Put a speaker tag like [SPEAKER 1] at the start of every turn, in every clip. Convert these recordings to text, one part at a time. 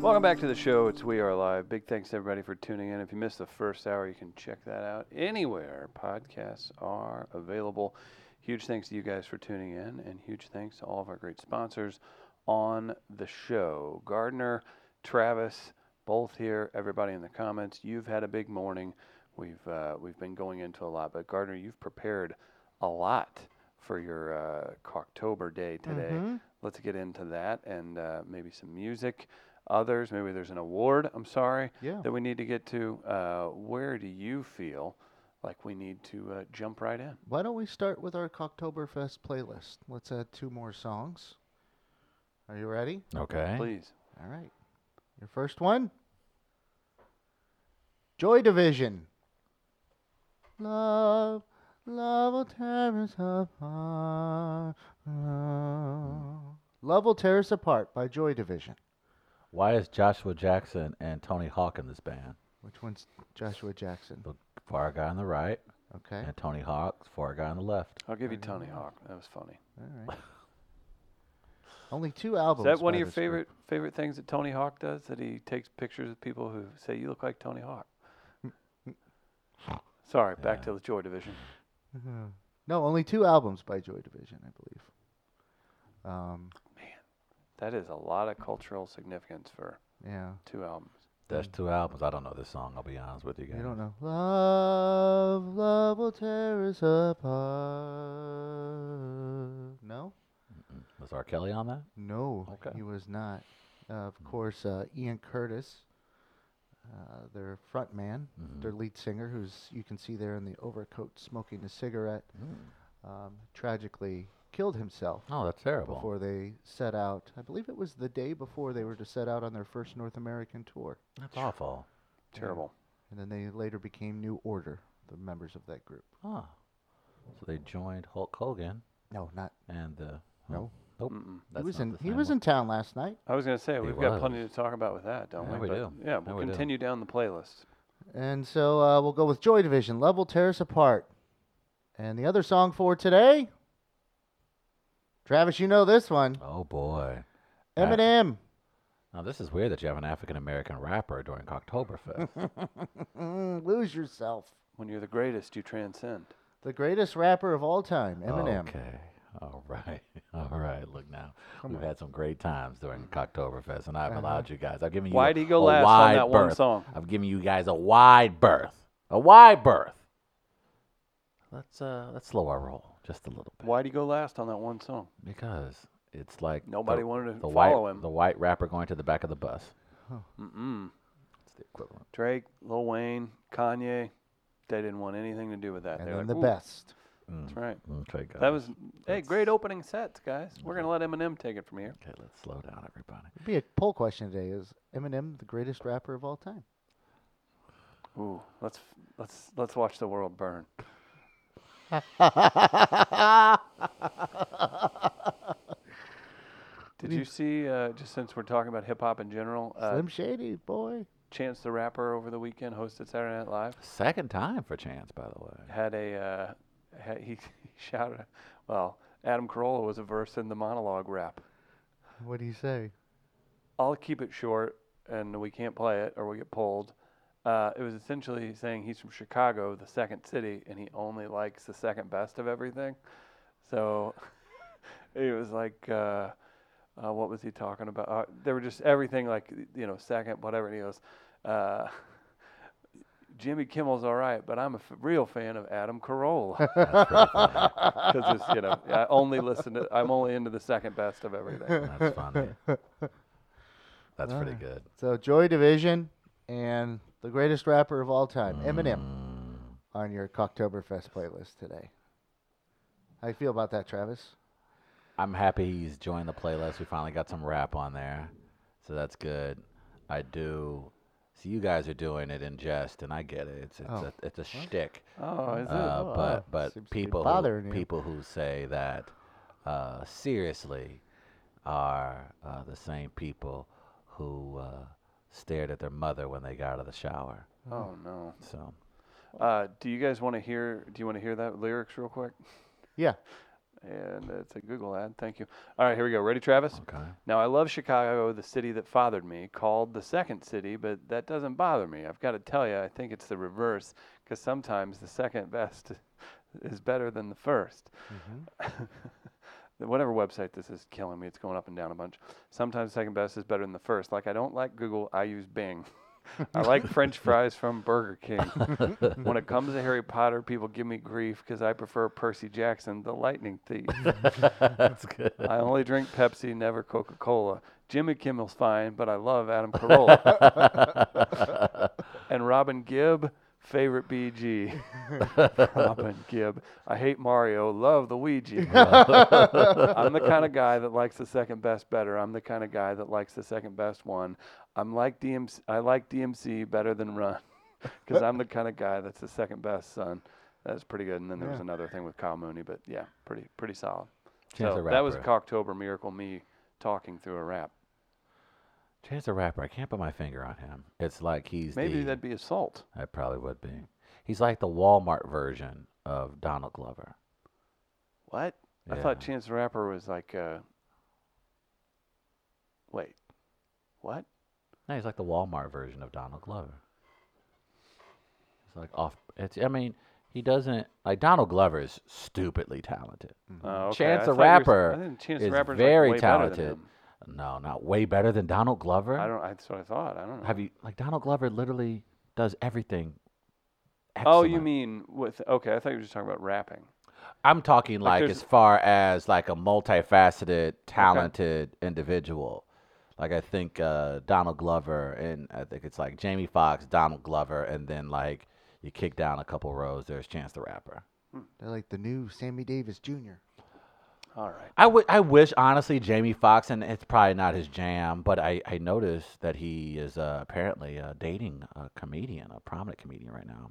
[SPEAKER 1] Welcome back to the show. It's We Are Live. Big thanks to everybody for tuning in. If you missed the first hour, you can check that out anywhere podcasts are available. Huge thanks to you guys for tuning in, and huge thanks to all of our great sponsors on the show Gardner, Travis, both here, everybody in the comments. You've had a big morning. We've, uh, we've been going into a lot, but Gardner, you've prepared a lot for your uh, Cocktober day today.
[SPEAKER 2] Mm-hmm.
[SPEAKER 1] Let's get into that and uh, maybe some music. Others, maybe there's an award, I'm sorry,
[SPEAKER 2] Yeah.
[SPEAKER 1] that we need to get to. Uh, where do you feel like we need to uh, jump right in?
[SPEAKER 2] Why don't we start with our Cocktoberfest playlist? Let's add two more songs. Are you ready?
[SPEAKER 3] Okay.
[SPEAKER 1] Please.
[SPEAKER 2] All right. Your first one Joy Division. Love, love will tear us apart. Love will tear us apart by Joy Division.
[SPEAKER 3] Why is Joshua Jackson and Tony Hawk in this band?
[SPEAKER 2] Which one's Joshua Jackson?
[SPEAKER 3] The far guy on the right
[SPEAKER 2] Okay.
[SPEAKER 3] and Tony Hawk, far guy on the left.
[SPEAKER 1] I'll give you Tony Hawk. That was funny.
[SPEAKER 2] All right. Only two albums.
[SPEAKER 1] Is that one
[SPEAKER 2] by
[SPEAKER 1] of your
[SPEAKER 2] this group.
[SPEAKER 1] favorite favorite things that Tony Hawk does? That he takes pictures of people who say you look like Tony Hawk. Sorry, back to the Joy Division.
[SPEAKER 2] Mm-hmm. No, only two albums by Joy Division, I believe. Um,
[SPEAKER 1] That is a lot of cultural significance for
[SPEAKER 2] yeah.
[SPEAKER 1] two albums.
[SPEAKER 3] That's two albums. I don't know this song. I'll be honest with you guys.
[SPEAKER 2] Hmm. You don't know. Love, love will tear us apart. No?
[SPEAKER 3] Was R. Kelly on that?
[SPEAKER 2] No,
[SPEAKER 3] Okay.
[SPEAKER 2] he was not. Uh, of course, uh, Ian Curtis, uh, their front man,
[SPEAKER 3] Mm-hmm.
[SPEAKER 2] their lead singer, who's you can see there in the overcoat smoking a cigarette, um, tragically killed himself.
[SPEAKER 3] Oh, that's terrible.
[SPEAKER 2] Before they set out, I believe it was the day before they were to set out on their first North American tour.
[SPEAKER 3] That's awful.
[SPEAKER 1] Terrible.
[SPEAKER 2] And then they later became New Order, the members of that group.
[SPEAKER 3] Oh. So they joined Hulk Hogan
[SPEAKER 2] No, not
[SPEAKER 3] and the.
[SPEAKER 2] No. Mm.
[SPEAKER 3] Nope.
[SPEAKER 1] Mm-mm.
[SPEAKER 3] That's
[SPEAKER 2] he was
[SPEAKER 3] not
[SPEAKER 2] in
[SPEAKER 3] the
[SPEAKER 2] he
[SPEAKER 3] same
[SPEAKER 2] was
[SPEAKER 3] one.
[SPEAKER 2] in town last night,
[SPEAKER 1] I was going to say we've got
[SPEAKER 3] was.
[SPEAKER 1] plenty to talk about with that, don't
[SPEAKER 3] Yeah,
[SPEAKER 1] we?
[SPEAKER 3] we
[SPEAKER 1] But,
[SPEAKER 3] do.
[SPEAKER 1] Yeah,
[SPEAKER 3] Yeah,
[SPEAKER 1] we'll
[SPEAKER 3] we do.
[SPEAKER 1] continue down the playlist.
[SPEAKER 2] and so uh, we'll go with Joy Division. Love will tear us apart. And the other song for today, Travis, you know this one,
[SPEAKER 3] Oh, boy. that-
[SPEAKER 2] Eminem.
[SPEAKER 3] Now, this is weird that you have an African American rapper during Cocktoberfest.
[SPEAKER 2] Mm, lose yourself.
[SPEAKER 1] When you're the greatest, you transcend.
[SPEAKER 2] The greatest rapper of all time, Eminem.
[SPEAKER 3] Okay. All right. All right. Look now. We've had some great times during Cocktoberfest, and I've allowed you guys. I've given you
[SPEAKER 1] Why'd he go
[SPEAKER 3] a
[SPEAKER 1] last on
[SPEAKER 3] wide
[SPEAKER 1] that one
[SPEAKER 3] berth.
[SPEAKER 1] song?
[SPEAKER 3] I've given you guys a wide berth. A wide berth. Let's uh let's slow our roll just a little bit.
[SPEAKER 1] Why'd he go last on that one song?
[SPEAKER 3] Because it's like the-
[SPEAKER 1] Nobody wanted to
[SPEAKER 3] the
[SPEAKER 1] follow
[SPEAKER 3] white,
[SPEAKER 1] him.
[SPEAKER 3] The white rapper going to the back of the bus. Mm.
[SPEAKER 1] Mm-mm.
[SPEAKER 3] It's the equivalent.
[SPEAKER 1] Drake, Lil Wayne, Kanye, they didn't want anything to do with that.
[SPEAKER 2] And
[SPEAKER 1] They're
[SPEAKER 2] then
[SPEAKER 1] like,
[SPEAKER 2] the
[SPEAKER 1] "Ooh,
[SPEAKER 2] best.
[SPEAKER 1] That's right.
[SPEAKER 3] Okay, guys.
[SPEAKER 1] That was hey, great opening sets, guys. We're gonna let Eminem take it from here.
[SPEAKER 3] Okay, let's slow down everybody.
[SPEAKER 2] It'd be a poll question today: Is Eminem the greatest rapper of all time?
[SPEAKER 1] Ooh, let's let's let's watch the world burn. Did you see? Uh, just since we're talking about hip hop in general, uh,
[SPEAKER 2] Slim Shady, boy.
[SPEAKER 1] Chance the Rapper over the weekend hosted Saturday Night Live.
[SPEAKER 3] Second time for chance, by the way.
[SPEAKER 1] Had a uh, had, he, he shouted. Well, Adam Carolla was a verse in the monologue rap.
[SPEAKER 2] What do you say?
[SPEAKER 1] I'll keep it short, and we can't play it or we get pulled. Uh, it was essentially saying he's from Chicago, the second city, and he only likes the second best of everything. So it was like, uh, uh, what was he talking about? Uh, they were just everything like, y- you know, second, whatever. And he goes, uh, Jimmy Kimmel's all right, but I'm a f- real fan of Adam Carolla
[SPEAKER 3] That's pretty funny.
[SPEAKER 1] because you know I only listen to I'm only into the second best of everything.
[SPEAKER 3] That's funny. That's pretty good.
[SPEAKER 2] So Joy Division and the greatest rapper of all time, Eminem, on your Cocktoberfest playlist today. How you feel about that, Travis?
[SPEAKER 3] I'm happy he's joined the playlist. We finally got some rap on there, so that's good. I do. So you guys are doing it in jest, and I get it. It's it's
[SPEAKER 2] Oh.
[SPEAKER 3] a it's a shtick.
[SPEAKER 1] Oh, is it?
[SPEAKER 3] Uh,
[SPEAKER 2] Oh, seems
[SPEAKER 3] but
[SPEAKER 2] to be
[SPEAKER 3] but people
[SPEAKER 2] bothering
[SPEAKER 3] who,
[SPEAKER 2] you.
[SPEAKER 3] people who say that uh, seriously are uh, the same people who uh, stared at their mother when they got out of the shower.
[SPEAKER 1] oh no.
[SPEAKER 3] So
[SPEAKER 1] Uh, do you guys want to hear? Do you want to hear that lyrics real quick?
[SPEAKER 2] Yeah.
[SPEAKER 1] and it's a Google ad. Thank you. All right, here we go. Ready, Travis?
[SPEAKER 3] Okay.
[SPEAKER 1] Now, I love Chicago, the city that fathered me, called the second city, but that doesn't bother me. I've got to tell you, I think it's the reverse, because sometimes the second best is better than the first. Whatever website this is killing me, it's going up and down a bunch. Sometimes second best is better than the first. Like, I don't like Google, I use Bing. I like French fries from Burger King. when it comes to Harry Potter, people give me grief because I prefer Percy Jackson, the lightning thief.
[SPEAKER 3] That's good.
[SPEAKER 1] I only drink Pepsi, never Coca Cola. Jimmy Kimmel's fine, but I love Adam Carolla. and Robin Gibb, favorite BG. Robin Gibb. I hate Mario, love the Ouija. I'm the kind of guy that likes the second best better. I'm the kind of guy that likes the second best one. I'm like DMC. I like DMC better than Run, because I'm the kind of guy that's the second best son. That's pretty good. And then there was
[SPEAKER 2] Yeah.
[SPEAKER 1] another thing with Kyle Mooney, but yeah, pretty pretty solid.
[SPEAKER 3] Chance
[SPEAKER 1] So
[SPEAKER 3] the
[SPEAKER 1] that was
[SPEAKER 3] Rapper.
[SPEAKER 1] Cocktober Miracle, me talking through a rap.
[SPEAKER 3] Chance the Rapper. I can't put my finger on him. It's like he's
[SPEAKER 1] Maybe
[SPEAKER 3] the,
[SPEAKER 1] that'd be assault.
[SPEAKER 3] That probably would be. He's like the Walmart version of Donald Glover.
[SPEAKER 1] What? I thought
[SPEAKER 3] Yeah.
[SPEAKER 1] Chance the Rapper was like, uh, wait, what?
[SPEAKER 3] No, he's like the Walmart version of Donald Glover. It's like off. It's. I mean, he doesn't like Donald Glover is stupidly talented.
[SPEAKER 1] Oh, okay.
[SPEAKER 3] Chance
[SPEAKER 1] I thought you
[SPEAKER 3] the
[SPEAKER 1] were s-
[SPEAKER 3] Rapper
[SPEAKER 1] I think Chance
[SPEAKER 3] is
[SPEAKER 1] the Rapper is like,
[SPEAKER 3] very
[SPEAKER 1] way better than
[SPEAKER 3] talented.
[SPEAKER 1] him.
[SPEAKER 3] No, not way better than Donald Glover.
[SPEAKER 1] I don't. That's what I thought. I don't know.
[SPEAKER 3] Have you like Donald Glover? Literally does everything.
[SPEAKER 1] Oh, you
[SPEAKER 3] excellent.
[SPEAKER 1] mean with? Okay, I thought you were just talking about rapping.
[SPEAKER 3] I'm talking like,
[SPEAKER 1] there's-
[SPEAKER 3] as far as like a multifaceted, talented individual. Like I think uh, Donald Glover and I think it's like Jamie Foxx, Donald Glover, and then like you kick down a couple rows, there's Chance the Rapper.
[SPEAKER 2] They're like the new Sammy Davis Jr.
[SPEAKER 1] All right.
[SPEAKER 3] I would I wish honestly Jamie Foxx and it's probably not his jam, but I, I noticed that he is uh, apparently uh, dating a comedian, a prominent comedian right now.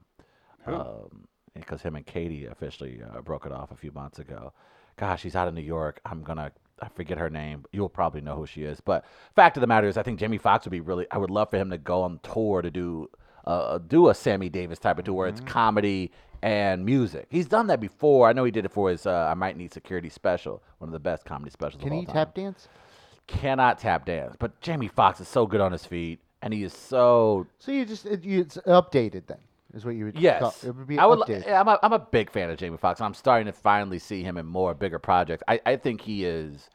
[SPEAKER 1] Who?
[SPEAKER 3] Um, because him and Katie officially uh, broke it off a few months ago. Gosh, she's out of New York. I'm gonna I forget her name. You'll probably know who she is. But fact of the matter is, I think Jamie Foxx would be really. I would love for him to go on tour to do uh, do a Sammy Davis type of tour where it's
[SPEAKER 2] Mm-hmm.
[SPEAKER 3] comedy and music. He's done that before. I know he did it for his uh, I Might Need Security special, one of the best comedy specials.
[SPEAKER 2] Can
[SPEAKER 3] of all
[SPEAKER 2] he
[SPEAKER 3] time
[SPEAKER 2] tap dance?
[SPEAKER 3] cannot tap dance, but Jamie Foxx is so good on his feet, and he is so
[SPEAKER 2] So you just it, you, it's updated then, is what you would.
[SPEAKER 3] yes.
[SPEAKER 2] Call, it would be
[SPEAKER 3] I would. li-
[SPEAKER 2] updated.
[SPEAKER 3] I'm a, I'm a big fan of Jamie Foxx. and I'm starting to finally see him in more bigger projects. I, I think he is.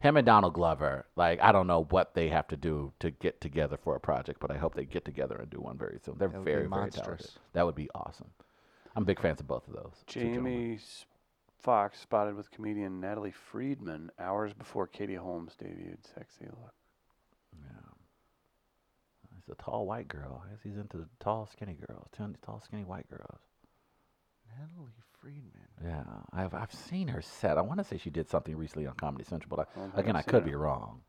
[SPEAKER 3] Him and Donald Glover, like I don't know what they have to do to get together for a project, but I hope they get together and do one very soon. They're
[SPEAKER 2] That would be
[SPEAKER 3] very, very
[SPEAKER 2] monstrous.
[SPEAKER 3] talented. That would be awesome. I'm big fans of both of those. two gentlemen.
[SPEAKER 1] Jamie S- Foxx spotted with comedian Natalie Friedman hours before Katie Holmes debuted "Sexy Look."
[SPEAKER 3] He's a tall white girl. I guess he's into the tall, skinny girls. Tall- Tall, skinny white girls.
[SPEAKER 2] Natalie Friedman.
[SPEAKER 3] Yeah, I've I've seen her set. I want to say she did something recently on Comedy Central, but
[SPEAKER 1] Oh, I don't
[SPEAKER 3] I,
[SPEAKER 1] think
[SPEAKER 3] again,
[SPEAKER 1] I've
[SPEAKER 3] I
[SPEAKER 1] seen
[SPEAKER 3] could
[SPEAKER 1] her.
[SPEAKER 3] be wrong.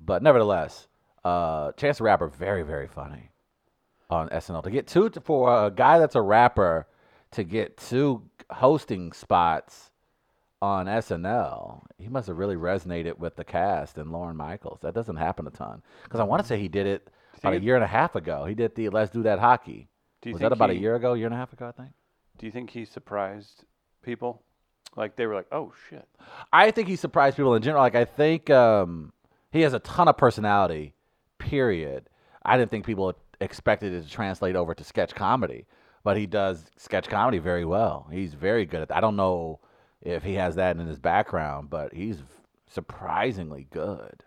[SPEAKER 3] But nevertheless, uh, Chance the Rapper, very very funny on SNL. To get two to, for a guy that's a rapper to get two hosting spots on SNL, he must have really resonated with the cast and Lauren Michaels. That doesn't happen a ton because I want to say he did it about a
[SPEAKER 1] think it-
[SPEAKER 3] year and a half ago. He did the Let's Do That Hockey.
[SPEAKER 1] Do you
[SPEAKER 3] Was
[SPEAKER 1] think
[SPEAKER 3] that about a
[SPEAKER 1] he-
[SPEAKER 3] year ago, year and a half ago? I think.
[SPEAKER 1] Do you think he surprised people? Like they were like, "Oh shit!"
[SPEAKER 3] I think he surprised people in general. Like I think um, he has a ton of personality. Period. I didn't think people expected it to translate over to sketch comedy, but he does sketch comedy very well. He's very good at. I don't know if he has that in his background, but he's surprisingly good.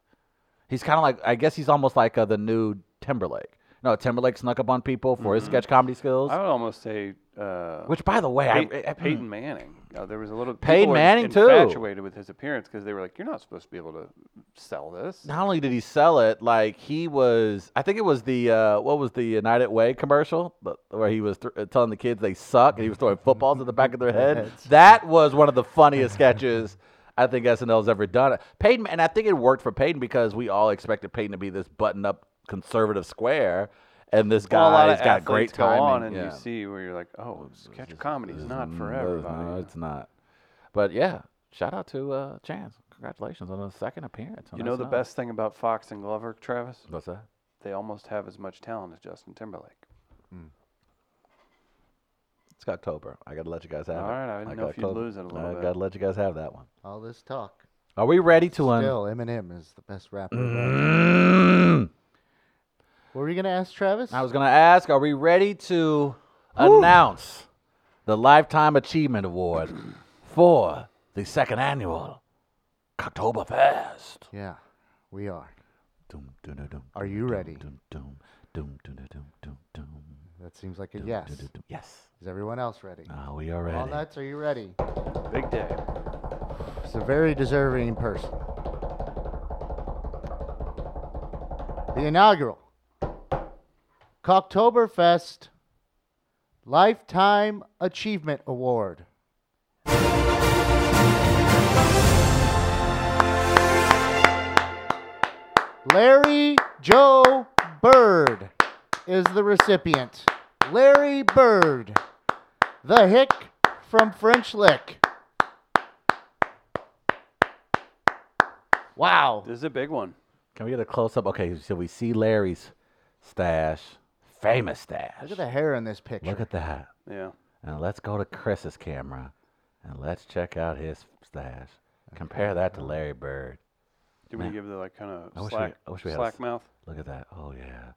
[SPEAKER 3] He's kind of like I guess he's almost like uh, the new Timberlake. No, Timberlake snuck up on people for his sketch comedy skills.
[SPEAKER 1] Mm-hmm. I would almost say, uh,
[SPEAKER 3] Which, by the way,
[SPEAKER 1] Pey-
[SPEAKER 3] I, eh, I
[SPEAKER 1] Peyton Manning. Uh, there was a little
[SPEAKER 3] hmm. Peyton
[SPEAKER 1] people were
[SPEAKER 3] Manning, too.
[SPEAKER 1] infatuated with his appearance because they were like, "You're not supposed to be able to sell this."
[SPEAKER 3] not only did he sell it, like he was, I think it was the uh, what was the United Way commercial but- where he was th- telling the kids they suck and he was throwing footballs at the back of their head. That was one of the funniest sketches I think SNL's ever done. Peyton, and I think it worked for Peyton because we all expected Peyton to be this button-up conservative square, and this
[SPEAKER 1] Well, a lot
[SPEAKER 3] guy's
[SPEAKER 1] of
[SPEAKER 3] got great
[SPEAKER 1] athletes go on,
[SPEAKER 3] timing.
[SPEAKER 1] and
[SPEAKER 3] Yeah.
[SPEAKER 1] you see where you're like, "Oh, sketch
[SPEAKER 3] It's-
[SPEAKER 1] comedy is
[SPEAKER 3] it's-
[SPEAKER 1] not for
[SPEAKER 3] no, it's-
[SPEAKER 1] everybody."
[SPEAKER 3] No, it's not. But yeah, shout out to uh, Chance. Congratulations on his second appearance. on
[SPEAKER 1] you know the
[SPEAKER 3] SNL.
[SPEAKER 1] best thing about Fox and Glover, Travis?
[SPEAKER 3] What's that?
[SPEAKER 1] They almost have as much talent as Justin Timberlake.
[SPEAKER 3] It's got Tober. I gotta let you guys have
[SPEAKER 1] All
[SPEAKER 3] it.
[SPEAKER 1] right, I didn't know if you'd
[SPEAKER 3] Gottober.
[SPEAKER 1] lose it a little
[SPEAKER 3] I
[SPEAKER 1] bit.
[SPEAKER 3] gotta let you guys have that one.
[SPEAKER 2] All this talk.
[SPEAKER 3] Are we ready to um, un?
[SPEAKER 2] Still, Eminem is the best rapper. of all
[SPEAKER 3] Mm-hmm.
[SPEAKER 2] time.
[SPEAKER 3] Mm.
[SPEAKER 2] What were you gonna ask, Travis?
[SPEAKER 3] I was gonna ask, are we ready to announce the Lifetime Achievement Award for the second annual Cocktoberfest?
[SPEAKER 2] Yeah, we are.
[SPEAKER 3] Dum, dum, dum, dum,
[SPEAKER 2] Are you
[SPEAKER 3] dum,
[SPEAKER 2] ready?
[SPEAKER 3] Dum, dum, dum, dum, dum, dum, dum, dum,
[SPEAKER 2] That seems like a
[SPEAKER 3] dum,
[SPEAKER 2] yes.
[SPEAKER 3] dum, dum, dum. Yes.
[SPEAKER 2] Is everyone else ready?
[SPEAKER 3] Now Ah, we are
[SPEAKER 2] All
[SPEAKER 3] ready.
[SPEAKER 2] nuts, are you ready?
[SPEAKER 1] Big day.
[SPEAKER 2] It's a very deserving person. The inaugural Cocktoberfest Lifetime Achievement Award. Larry Joe Bird is the recipient. Larry Bird, the hick from French Lick. Wow.
[SPEAKER 1] This is a big one.
[SPEAKER 3] Can we get a close up? Okay, so we see Larry's stash, famous stash.
[SPEAKER 2] Look at the hair in this picture.
[SPEAKER 3] Look at that.
[SPEAKER 1] Yeah.
[SPEAKER 3] And let's go to Chris's camera and let's check out his stash. Compare that to Larry Bird.
[SPEAKER 1] Do we
[SPEAKER 3] Man.
[SPEAKER 1] give the like kind
[SPEAKER 3] I
[SPEAKER 1] of
[SPEAKER 3] wish
[SPEAKER 1] slack,
[SPEAKER 3] we, I wish we had a
[SPEAKER 1] slack
[SPEAKER 3] s-
[SPEAKER 1] mouth?
[SPEAKER 3] Look at that. Oh yeah.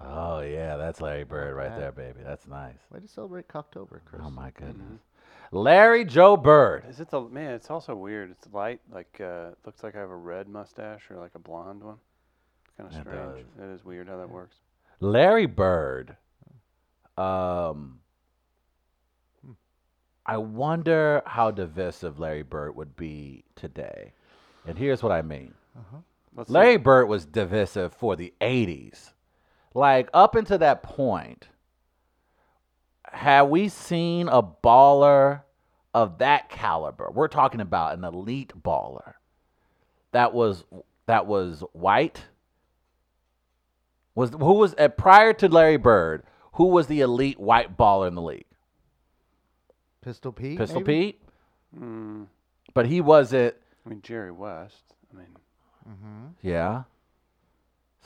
[SPEAKER 3] Oh yeah, that's Larry Bird right
[SPEAKER 2] that.
[SPEAKER 3] there, baby. That's nice.
[SPEAKER 2] Way to celebrate Cocktober, Chris. Mm-hmm.
[SPEAKER 3] Oh my goodness. Larry Joe Bird.
[SPEAKER 1] Is it the man? It's also weird. It's light. Like uh, looks like I have a red mustache or like a blonde one. Kind of
[SPEAKER 3] It
[SPEAKER 1] strange. It is weird how that works.
[SPEAKER 3] Larry Bird. Um I wonder how divisive Larry Bird would be today. And here's what I mean.
[SPEAKER 1] Let's see.
[SPEAKER 3] Larry Bird was divisive for the 80s. Like, up until that point, have we seen a baller of that caliber? We're talking about an elite baller that was that was white. Was who was uh, prior to Larry Bird? Who was the elite white baller in the league?
[SPEAKER 2] Pistol Pete.
[SPEAKER 3] Pistol
[SPEAKER 2] maybe?
[SPEAKER 3] Pete,
[SPEAKER 1] Mm,
[SPEAKER 3] but he wasn't.
[SPEAKER 1] I mean Jerry West. I mean
[SPEAKER 3] Yeah.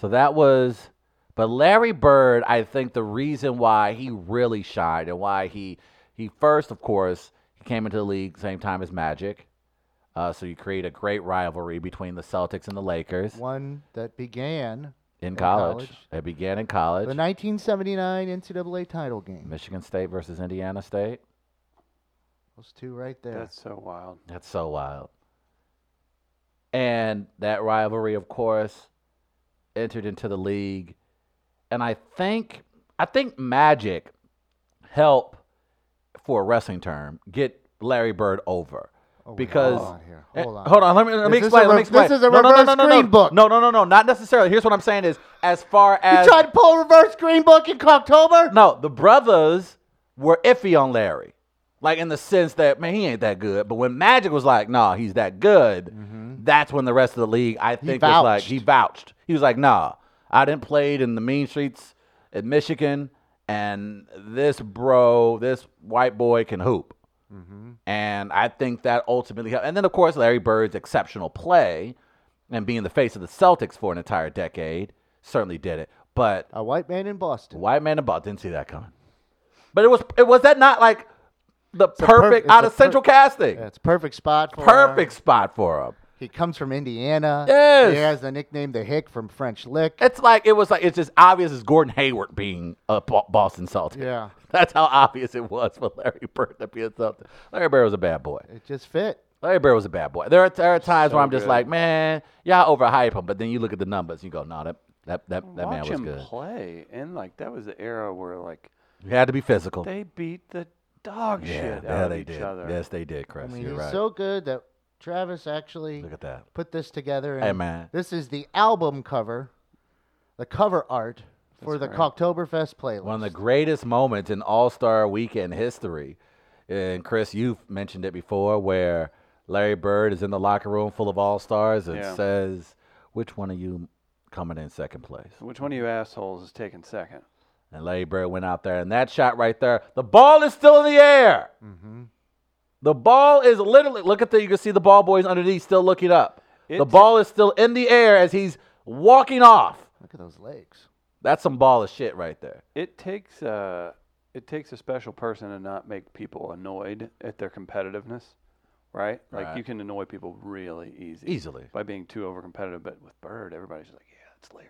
[SPEAKER 3] So that was, but Larry Bird, I think the reason why he really shined and why he, he first, of course, he came into the league same time as Magic. Uh, so you create a great rivalry between the Celtics and the Lakers
[SPEAKER 2] One that began
[SPEAKER 3] in college.
[SPEAKER 2] college.
[SPEAKER 3] It began in
[SPEAKER 2] the
[SPEAKER 3] college.
[SPEAKER 2] 1979 NCAA title game.
[SPEAKER 3] Michigan State versus Indiana State.
[SPEAKER 2] Those two right there.
[SPEAKER 1] that's so wild.
[SPEAKER 3] That's so wild. And that rivalry, of course, entered into the league. And I think I think Magic help for a wrestling term, get Larry Bird over.
[SPEAKER 2] Oh, wait,
[SPEAKER 3] because
[SPEAKER 2] hold on here.
[SPEAKER 3] Eh,
[SPEAKER 2] Hold on.
[SPEAKER 3] Let me let me
[SPEAKER 2] Is this a
[SPEAKER 3] explain. Let me
[SPEAKER 2] rev-
[SPEAKER 3] explain.
[SPEAKER 2] this is a
[SPEAKER 3] no, no, no,
[SPEAKER 2] reverse
[SPEAKER 3] no, no, no.
[SPEAKER 2] Green Book.
[SPEAKER 3] No, no, no, no, not necessarily. Here's what I'm saying is as far
[SPEAKER 2] You
[SPEAKER 3] as
[SPEAKER 2] tried to pull reverse green book in Cocktober?
[SPEAKER 3] no, the brothers were iffy on Larry. Like in the sense that man, he ain't that good. But when Magic was like, nah, he's that good, that's when the rest of the league I think was like
[SPEAKER 2] vouched.
[SPEAKER 3] he vouched. He was like, nah, I didn't played in the mean streets in Michigan, and this bro, this white boy can hoop. And I think that ultimately helped. And then, of course, Larry Bird's exceptional play and being the face of the Celtics for an entire decade certainly did it. But
[SPEAKER 2] A white man in Boston.
[SPEAKER 3] White man about didn't see that coming. But it was it was that not like the
[SPEAKER 2] a perf-
[SPEAKER 3] perfect
[SPEAKER 2] it's
[SPEAKER 3] out
[SPEAKER 2] a
[SPEAKER 3] of central
[SPEAKER 2] per-
[SPEAKER 3] casting.
[SPEAKER 2] That's perfect spot for
[SPEAKER 3] perfect spot for him.
[SPEAKER 2] He comes from Indiana.
[SPEAKER 3] Yes.
[SPEAKER 2] He has the nickname the Hick from French Lick.
[SPEAKER 3] It's like it was like it's just obvious as Gordon Hayward being a Bo- Boston Celtic.
[SPEAKER 2] Yeah.
[SPEAKER 3] That's how obvious it was for Larry Bird to be a Celtic. Larry Bird was a bad boy.
[SPEAKER 2] It just fit.
[SPEAKER 3] Larry Bird was a bad boy. There are, there are times
[SPEAKER 1] So
[SPEAKER 3] where I'm just
[SPEAKER 1] good.
[SPEAKER 3] like, man, y'all overhype him. But then you look at the numbers and you go, no, that that that, that man
[SPEAKER 1] Watch
[SPEAKER 3] was
[SPEAKER 1] him
[SPEAKER 3] good.
[SPEAKER 1] play, and like that was the era where like
[SPEAKER 3] You had to be physical.
[SPEAKER 1] they beat the dog
[SPEAKER 3] yeah,
[SPEAKER 1] shit
[SPEAKER 3] yeah,
[SPEAKER 1] out
[SPEAKER 3] they
[SPEAKER 1] of each
[SPEAKER 3] did.
[SPEAKER 1] other.
[SPEAKER 3] Yes, they did, Chris.
[SPEAKER 2] I mean,
[SPEAKER 3] You're
[SPEAKER 2] he's
[SPEAKER 3] right.
[SPEAKER 2] so good that Travis actually
[SPEAKER 3] look at that.
[SPEAKER 2] put this together. And
[SPEAKER 3] Hey, man.
[SPEAKER 2] This is the album cover, the cover art for the
[SPEAKER 1] right.
[SPEAKER 2] Cocktoberfest playlist.
[SPEAKER 3] One of the greatest moments in All Star Weekend history. And Chris, you've mentioned it before, where Larry Bird is in the locker room full of All Stars and
[SPEAKER 1] Yeah.
[SPEAKER 3] says, "Which one of you coming in second place?"
[SPEAKER 1] Which one of you assholes is taking second?
[SPEAKER 3] And Larry Bird went out there, and that shot right there, the ball is still in the air.
[SPEAKER 1] Mm-hmm.
[SPEAKER 3] The ball is literally look at the you can see the ball boys underneath still looking up. the
[SPEAKER 1] It's-
[SPEAKER 3] ball is still in the air as he's walking off.
[SPEAKER 2] Look at those legs.
[SPEAKER 3] That's some ball of shit right there.
[SPEAKER 1] It takes uh, it takes a special person to not make people annoyed at their competitiveness, right? Like
[SPEAKER 3] Right.
[SPEAKER 1] you can annoy people really easy
[SPEAKER 3] easily.
[SPEAKER 1] by being too over competitive. But with Bird, everybody's just like, yeah, it's leering.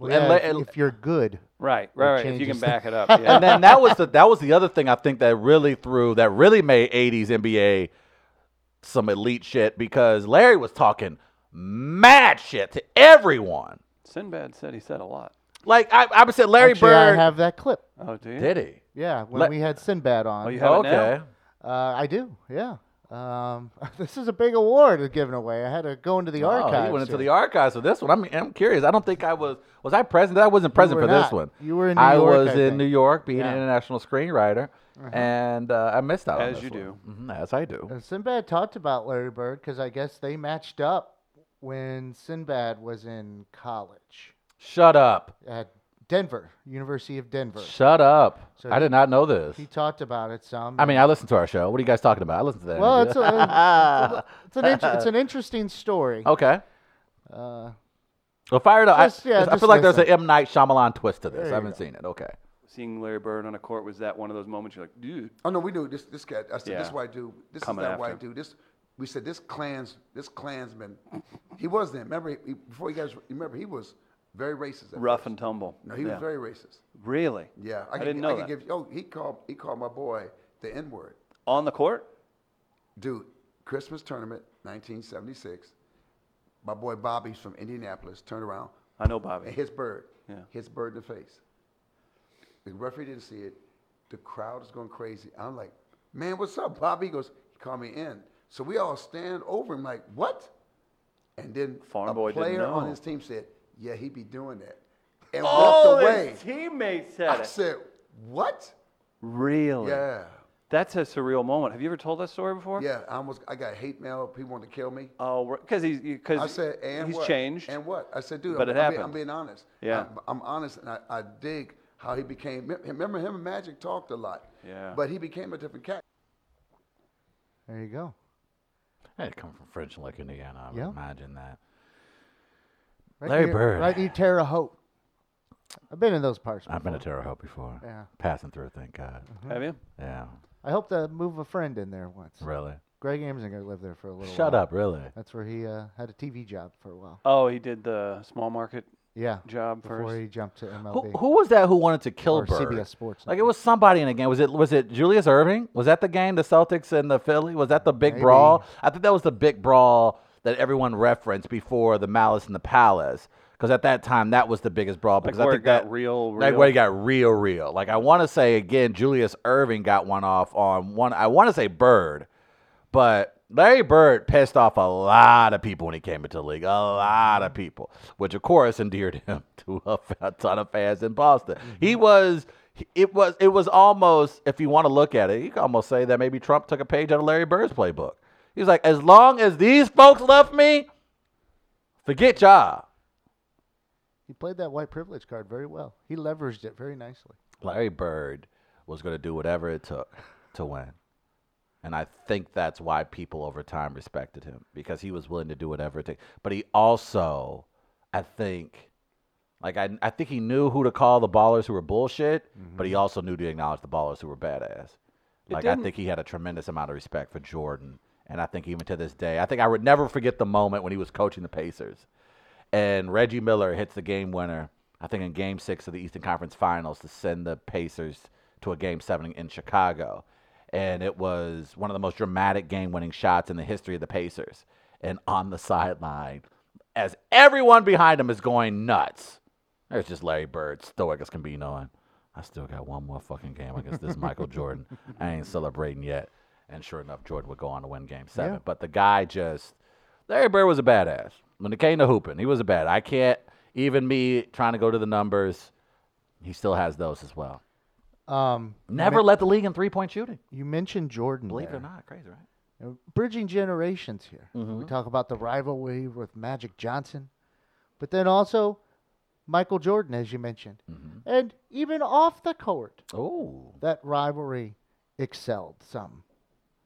[SPEAKER 2] Well,
[SPEAKER 3] And
[SPEAKER 2] yeah,
[SPEAKER 3] le-
[SPEAKER 2] if-
[SPEAKER 3] and-
[SPEAKER 2] if, you're good,
[SPEAKER 1] Right, right, right. If you can
[SPEAKER 2] changes
[SPEAKER 1] back it up, yeah.
[SPEAKER 3] and then that was the that was the other thing I think that really threw that really made '80s NBA some elite shit because Larry was talking mad shit to everyone.
[SPEAKER 1] Sinbad said he said a lot.
[SPEAKER 3] Like I, I would say Larry
[SPEAKER 2] actually,
[SPEAKER 3] Bird
[SPEAKER 2] I have that clip.
[SPEAKER 1] Oh, do you?
[SPEAKER 3] did he?
[SPEAKER 2] Yeah, when
[SPEAKER 3] Let-
[SPEAKER 2] we had Sinbad on.
[SPEAKER 1] Oh, you have
[SPEAKER 3] Oh,
[SPEAKER 1] it now?
[SPEAKER 3] okay.
[SPEAKER 2] Uh, I do, yeah. Um, this is a big award they're giving away. I had to go into the
[SPEAKER 3] Oh,
[SPEAKER 2] archives.
[SPEAKER 3] he went into
[SPEAKER 2] here.
[SPEAKER 3] the archives for this one. I mean, I'm curious. I don't think I was was I present. I wasn't present
[SPEAKER 2] were
[SPEAKER 3] for
[SPEAKER 2] not.
[SPEAKER 3] this one.
[SPEAKER 2] You were in New
[SPEAKER 3] I
[SPEAKER 2] York,
[SPEAKER 3] was
[SPEAKER 2] I
[SPEAKER 3] in
[SPEAKER 2] think.
[SPEAKER 3] New York being
[SPEAKER 2] Yeah. Uh-huh.
[SPEAKER 3] an international screenwriter, and uh, I missed out. on
[SPEAKER 1] As
[SPEAKER 3] this
[SPEAKER 1] you do.
[SPEAKER 3] one. Mhm, as I do.
[SPEAKER 2] And Sinbad talked about Larry Bird because I guess they matched up when Sinbad was in college
[SPEAKER 3] Shut up.
[SPEAKER 2] at Denver, University of Denver.
[SPEAKER 3] Shut up.
[SPEAKER 2] So
[SPEAKER 3] I did not know this.
[SPEAKER 2] He talked about it some.
[SPEAKER 3] I mean, I listened to our show. What are you guys talking about? I listened to that.
[SPEAKER 2] well, it's, a,
[SPEAKER 3] interview.
[SPEAKER 2] it's, a- it's an inter- it's an interesting story.
[SPEAKER 3] okay.
[SPEAKER 2] Uh,
[SPEAKER 3] Well, fire it up. I-
[SPEAKER 2] Just- yeah,
[SPEAKER 3] I,
[SPEAKER 2] just
[SPEAKER 3] feel like there's
[SPEAKER 2] listen.
[SPEAKER 3] an M Night Shyamalan twist to this.
[SPEAKER 2] you
[SPEAKER 3] I haven't seen it. Okay.
[SPEAKER 1] Seeing Larry Bird on a court was that one of those moments you're like, dude,
[SPEAKER 4] Oh no, we knew this. This guy. I said, this
[SPEAKER 1] Yeah.
[SPEAKER 4] is white dude. This
[SPEAKER 1] Coming
[SPEAKER 4] is that
[SPEAKER 1] after him.
[SPEAKER 4] white dude. This. We said this clans. This clansman. He was then. Remember he, before he got. his- Remember he was very racist. at
[SPEAKER 1] rough
[SPEAKER 4] first.
[SPEAKER 1] and tumble.
[SPEAKER 4] No, he
[SPEAKER 1] yeah.
[SPEAKER 4] was very racist.
[SPEAKER 1] really.
[SPEAKER 4] Yeah,
[SPEAKER 1] I,
[SPEAKER 4] can-
[SPEAKER 1] didn't know
[SPEAKER 4] I
[SPEAKER 1] that.
[SPEAKER 4] can give. Oh, he called. He called my boy the N word,
[SPEAKER 1] on the court.
[SPEAKER 4] dude. Christmas tournament, 1976. My boy Bobby's from Indianapolis. Turned around
[SPEAKER 1] I know
[SPEAKER 4] and
[SPEAKER 1] Bobby.
[SPEAKER 4] hits bird.
[SPEAKER 1] Yeah.
[SPEAKER 4] Hits bird in the face. The referee didn't see it. The crowd is going crazy. I'm like, man, what's up, Bobby? He goes, he called me in. So we all stand over him like, what? And then
[SPEAKER 1] Farm
[SPEAKER 4] a
[SPEAKER 1] boy didn't
[SPEAKER 4] player on
[SPEAKER 1] know.
[SPEAKER 4] his team said, yeah, he be doing that. And
[SPEAKER 1] All
[SPEAKER 4] walked away.
[SPEAKER 1] Oh, his teammates said
[SPEAKER 4] I
[SPEAKER 1] it.
[SPEAKER 4] said, what?
[SPEAKER 1] Really?
[SPEAKER 4] Yeah.
[SPEAKER 1] That's a surreal moment. Have you ever told that story before?
[SPEAKER 4] Yeah, I almost I got hate mail. People wanted to kill me.
[SPEAKER 1] Oh, because he's
[SPEAKER 4] I
[SPEAKER 1] because
[SPEAKER 4] said, and
[SPEAKER 1] he's
[SPEAKER 4] what?
[SPEAKER 1] changed.
[SPEAKER 4] And what? I said, dude,
[SPEAKER 1] But
[SPEAKER 4] I'm,
[SPEAKER 1] it
[SPEAKER 4] I'm, being,
[SPEAKER 1] happened.
[SPEAKER 4] I'm being honest.
[SPEAKER 1] Yeah.
[SPEAKER 4] I'm, I'm honest, and I, I dig how he became. mem- Remember him and Magic talked a lot.
[SPEAKER 1] Yeah.
[SPEAKER 4] But he became a different cat.
[SPEAKER 2] there you go.
[SPEAKER 3] I had come from French Lick, Indiana. I would
[SPEAKER 2] Yeah.
[SPEAKER 3] imagine that.
[SPEAKER 2] Right
[SPEAKER 3] Larry
[SPEAKER 2] near,
[SPEAKER 3] Bird.
[SPEAKER 2] Right near Terre Haute. I've been in those parts.
[SPEAKER 3] I've been to
[SPEAKER 2] before.
[SPEAKER 3] Terre Haute before.
[SPEAKER 2] Yeah. Mm-hmm.
[SPEAKER 3] Passing through, thank God.
[SPEAKER 1] Have you?
[SPEAKER 3] Yeah.
[SPEAKER 2] I hope to move a friend in there once.
[SPEAKER 3] Really?
[SPEAKER 2] Greg Amsinger lived there for a little
[SPEAKER 3] Shut
[SPEAKER 2] while.
[SPEAKER 3] up, really.
[SPEAKER 2] That's where he uh, had a TV job for a while.
[SPEAKER 1] Oh, he did the small market
[SPEAKER 2] Yeah.
[SPEAKER 1] job
[SPEAKER 2] Before
[SPEAKER 1] first.
[SPEAKER 2] he jumped to
[SPEAKER 3] Who,
[SPEAKER 2] MLB.
[SPEAKER 3] who was that who wanted to kill
[SPEAKER 2] Or
[SPEAKER 3] Bird?
[SPEAKER 2] CBS Sports
[SPEAKER 3] Like it
[SPEAKER 2] now.
[SPEAKER 3] was somebody in a game. Was it was it Julius Irving? Was that the game? The Celtics and the Philly? Was that the big
[SPEAKER 2] Maybe.
[SPEAKER 3] brawl? I think that was the big brawl that everyone referenced before the Malice in the Palace. Because at that time, that was the biggest brawl. Because I
[SPEAKER 1] where it
[SPEAKER 3] think
[SPEAKER 1] got
[SPEAKER 3] that
[SPEAKER 1] real,
[SPEAKER 3] like
[SPEAKER 1] real.
[SPEAKER 3] where it got real, real. Like I want to say again, Julius Irving got one off on one. I want to say Bird, but Larry Bird pissed off a lot of people when he came into the league. A lot of people, which of course endeared him to a, f- a ton of fans in Boston. He
[SPEAKER 1] Mm-hmm.
[SPEAKER 3] was. he- It was it was almost if you want to look at it, you can almost say that maybe Trump took a page out of Larry Bird's playbook. He was like, as long as these folks love me, forget y'all.
[SPEAKER 2] He played that white privilege card very well. He leveraged it very nicely.
[SPEAKER 3] Larry Bird was going to do whatever it took to win. And I think that's why people over time respected him because he was willing to do whatever it takes. But he also, I think, like I, I think he knew who to call the ballers who were bullshit, but he also knew to acknowledge the ballers who were badass.
[SPEAKER 1] Mm-hmm. It
[SPEAKER 3] Like I
[SPEAKER 1] didn't-
[SPEAKER 3] think he had a tremendous amount of respect for Jordan, and I think even to this day, I think I would never forget the moment when he was coaching the Pacers and Reggie Miller hits the game winner, I think in game six of the Eastern Conference Finals to send the Pacers to a game seven in Chicago. And it was one of the most dramatic game winning shots in the history of the Pacers. And on the sideline, as everyone behind him is going nuts, there's just Larry Bird, stoic as can be known. I still got one more fucking game against this Michael Jordan. I ain't celebrating yet. And sure enough, Jordan would go on to win game seven. But the guy just, Larry Bird was a badass. When it came to hooping, he was a bad. I can't, even me trying to go to the numbers, he still has those as well.
[SPEAKER 2] Um,
[SPEAKER 3] Never let the league in three point shooting.
[SPEAKER 2] you mentioned Jordan.
[SPEAKER 3] Believe it
[SPEAKER 2] there.
[SPEAKER 3] or not, crazy, right?
[SPEAKER 2] You know, bridging generations here.
[SPEAKER 3] Mm-hmm.
[SPEAKER 2] We talk about the rivalry with Magic Johnson, but then also Michael Jordan, as you mentioned,
[SPEAKER 3] Mm-hmm.
[SPEAKER 2] and even off the court,
[SPEAKER 3] Oh.
[SPEAKER 2] that rivalry excelled some.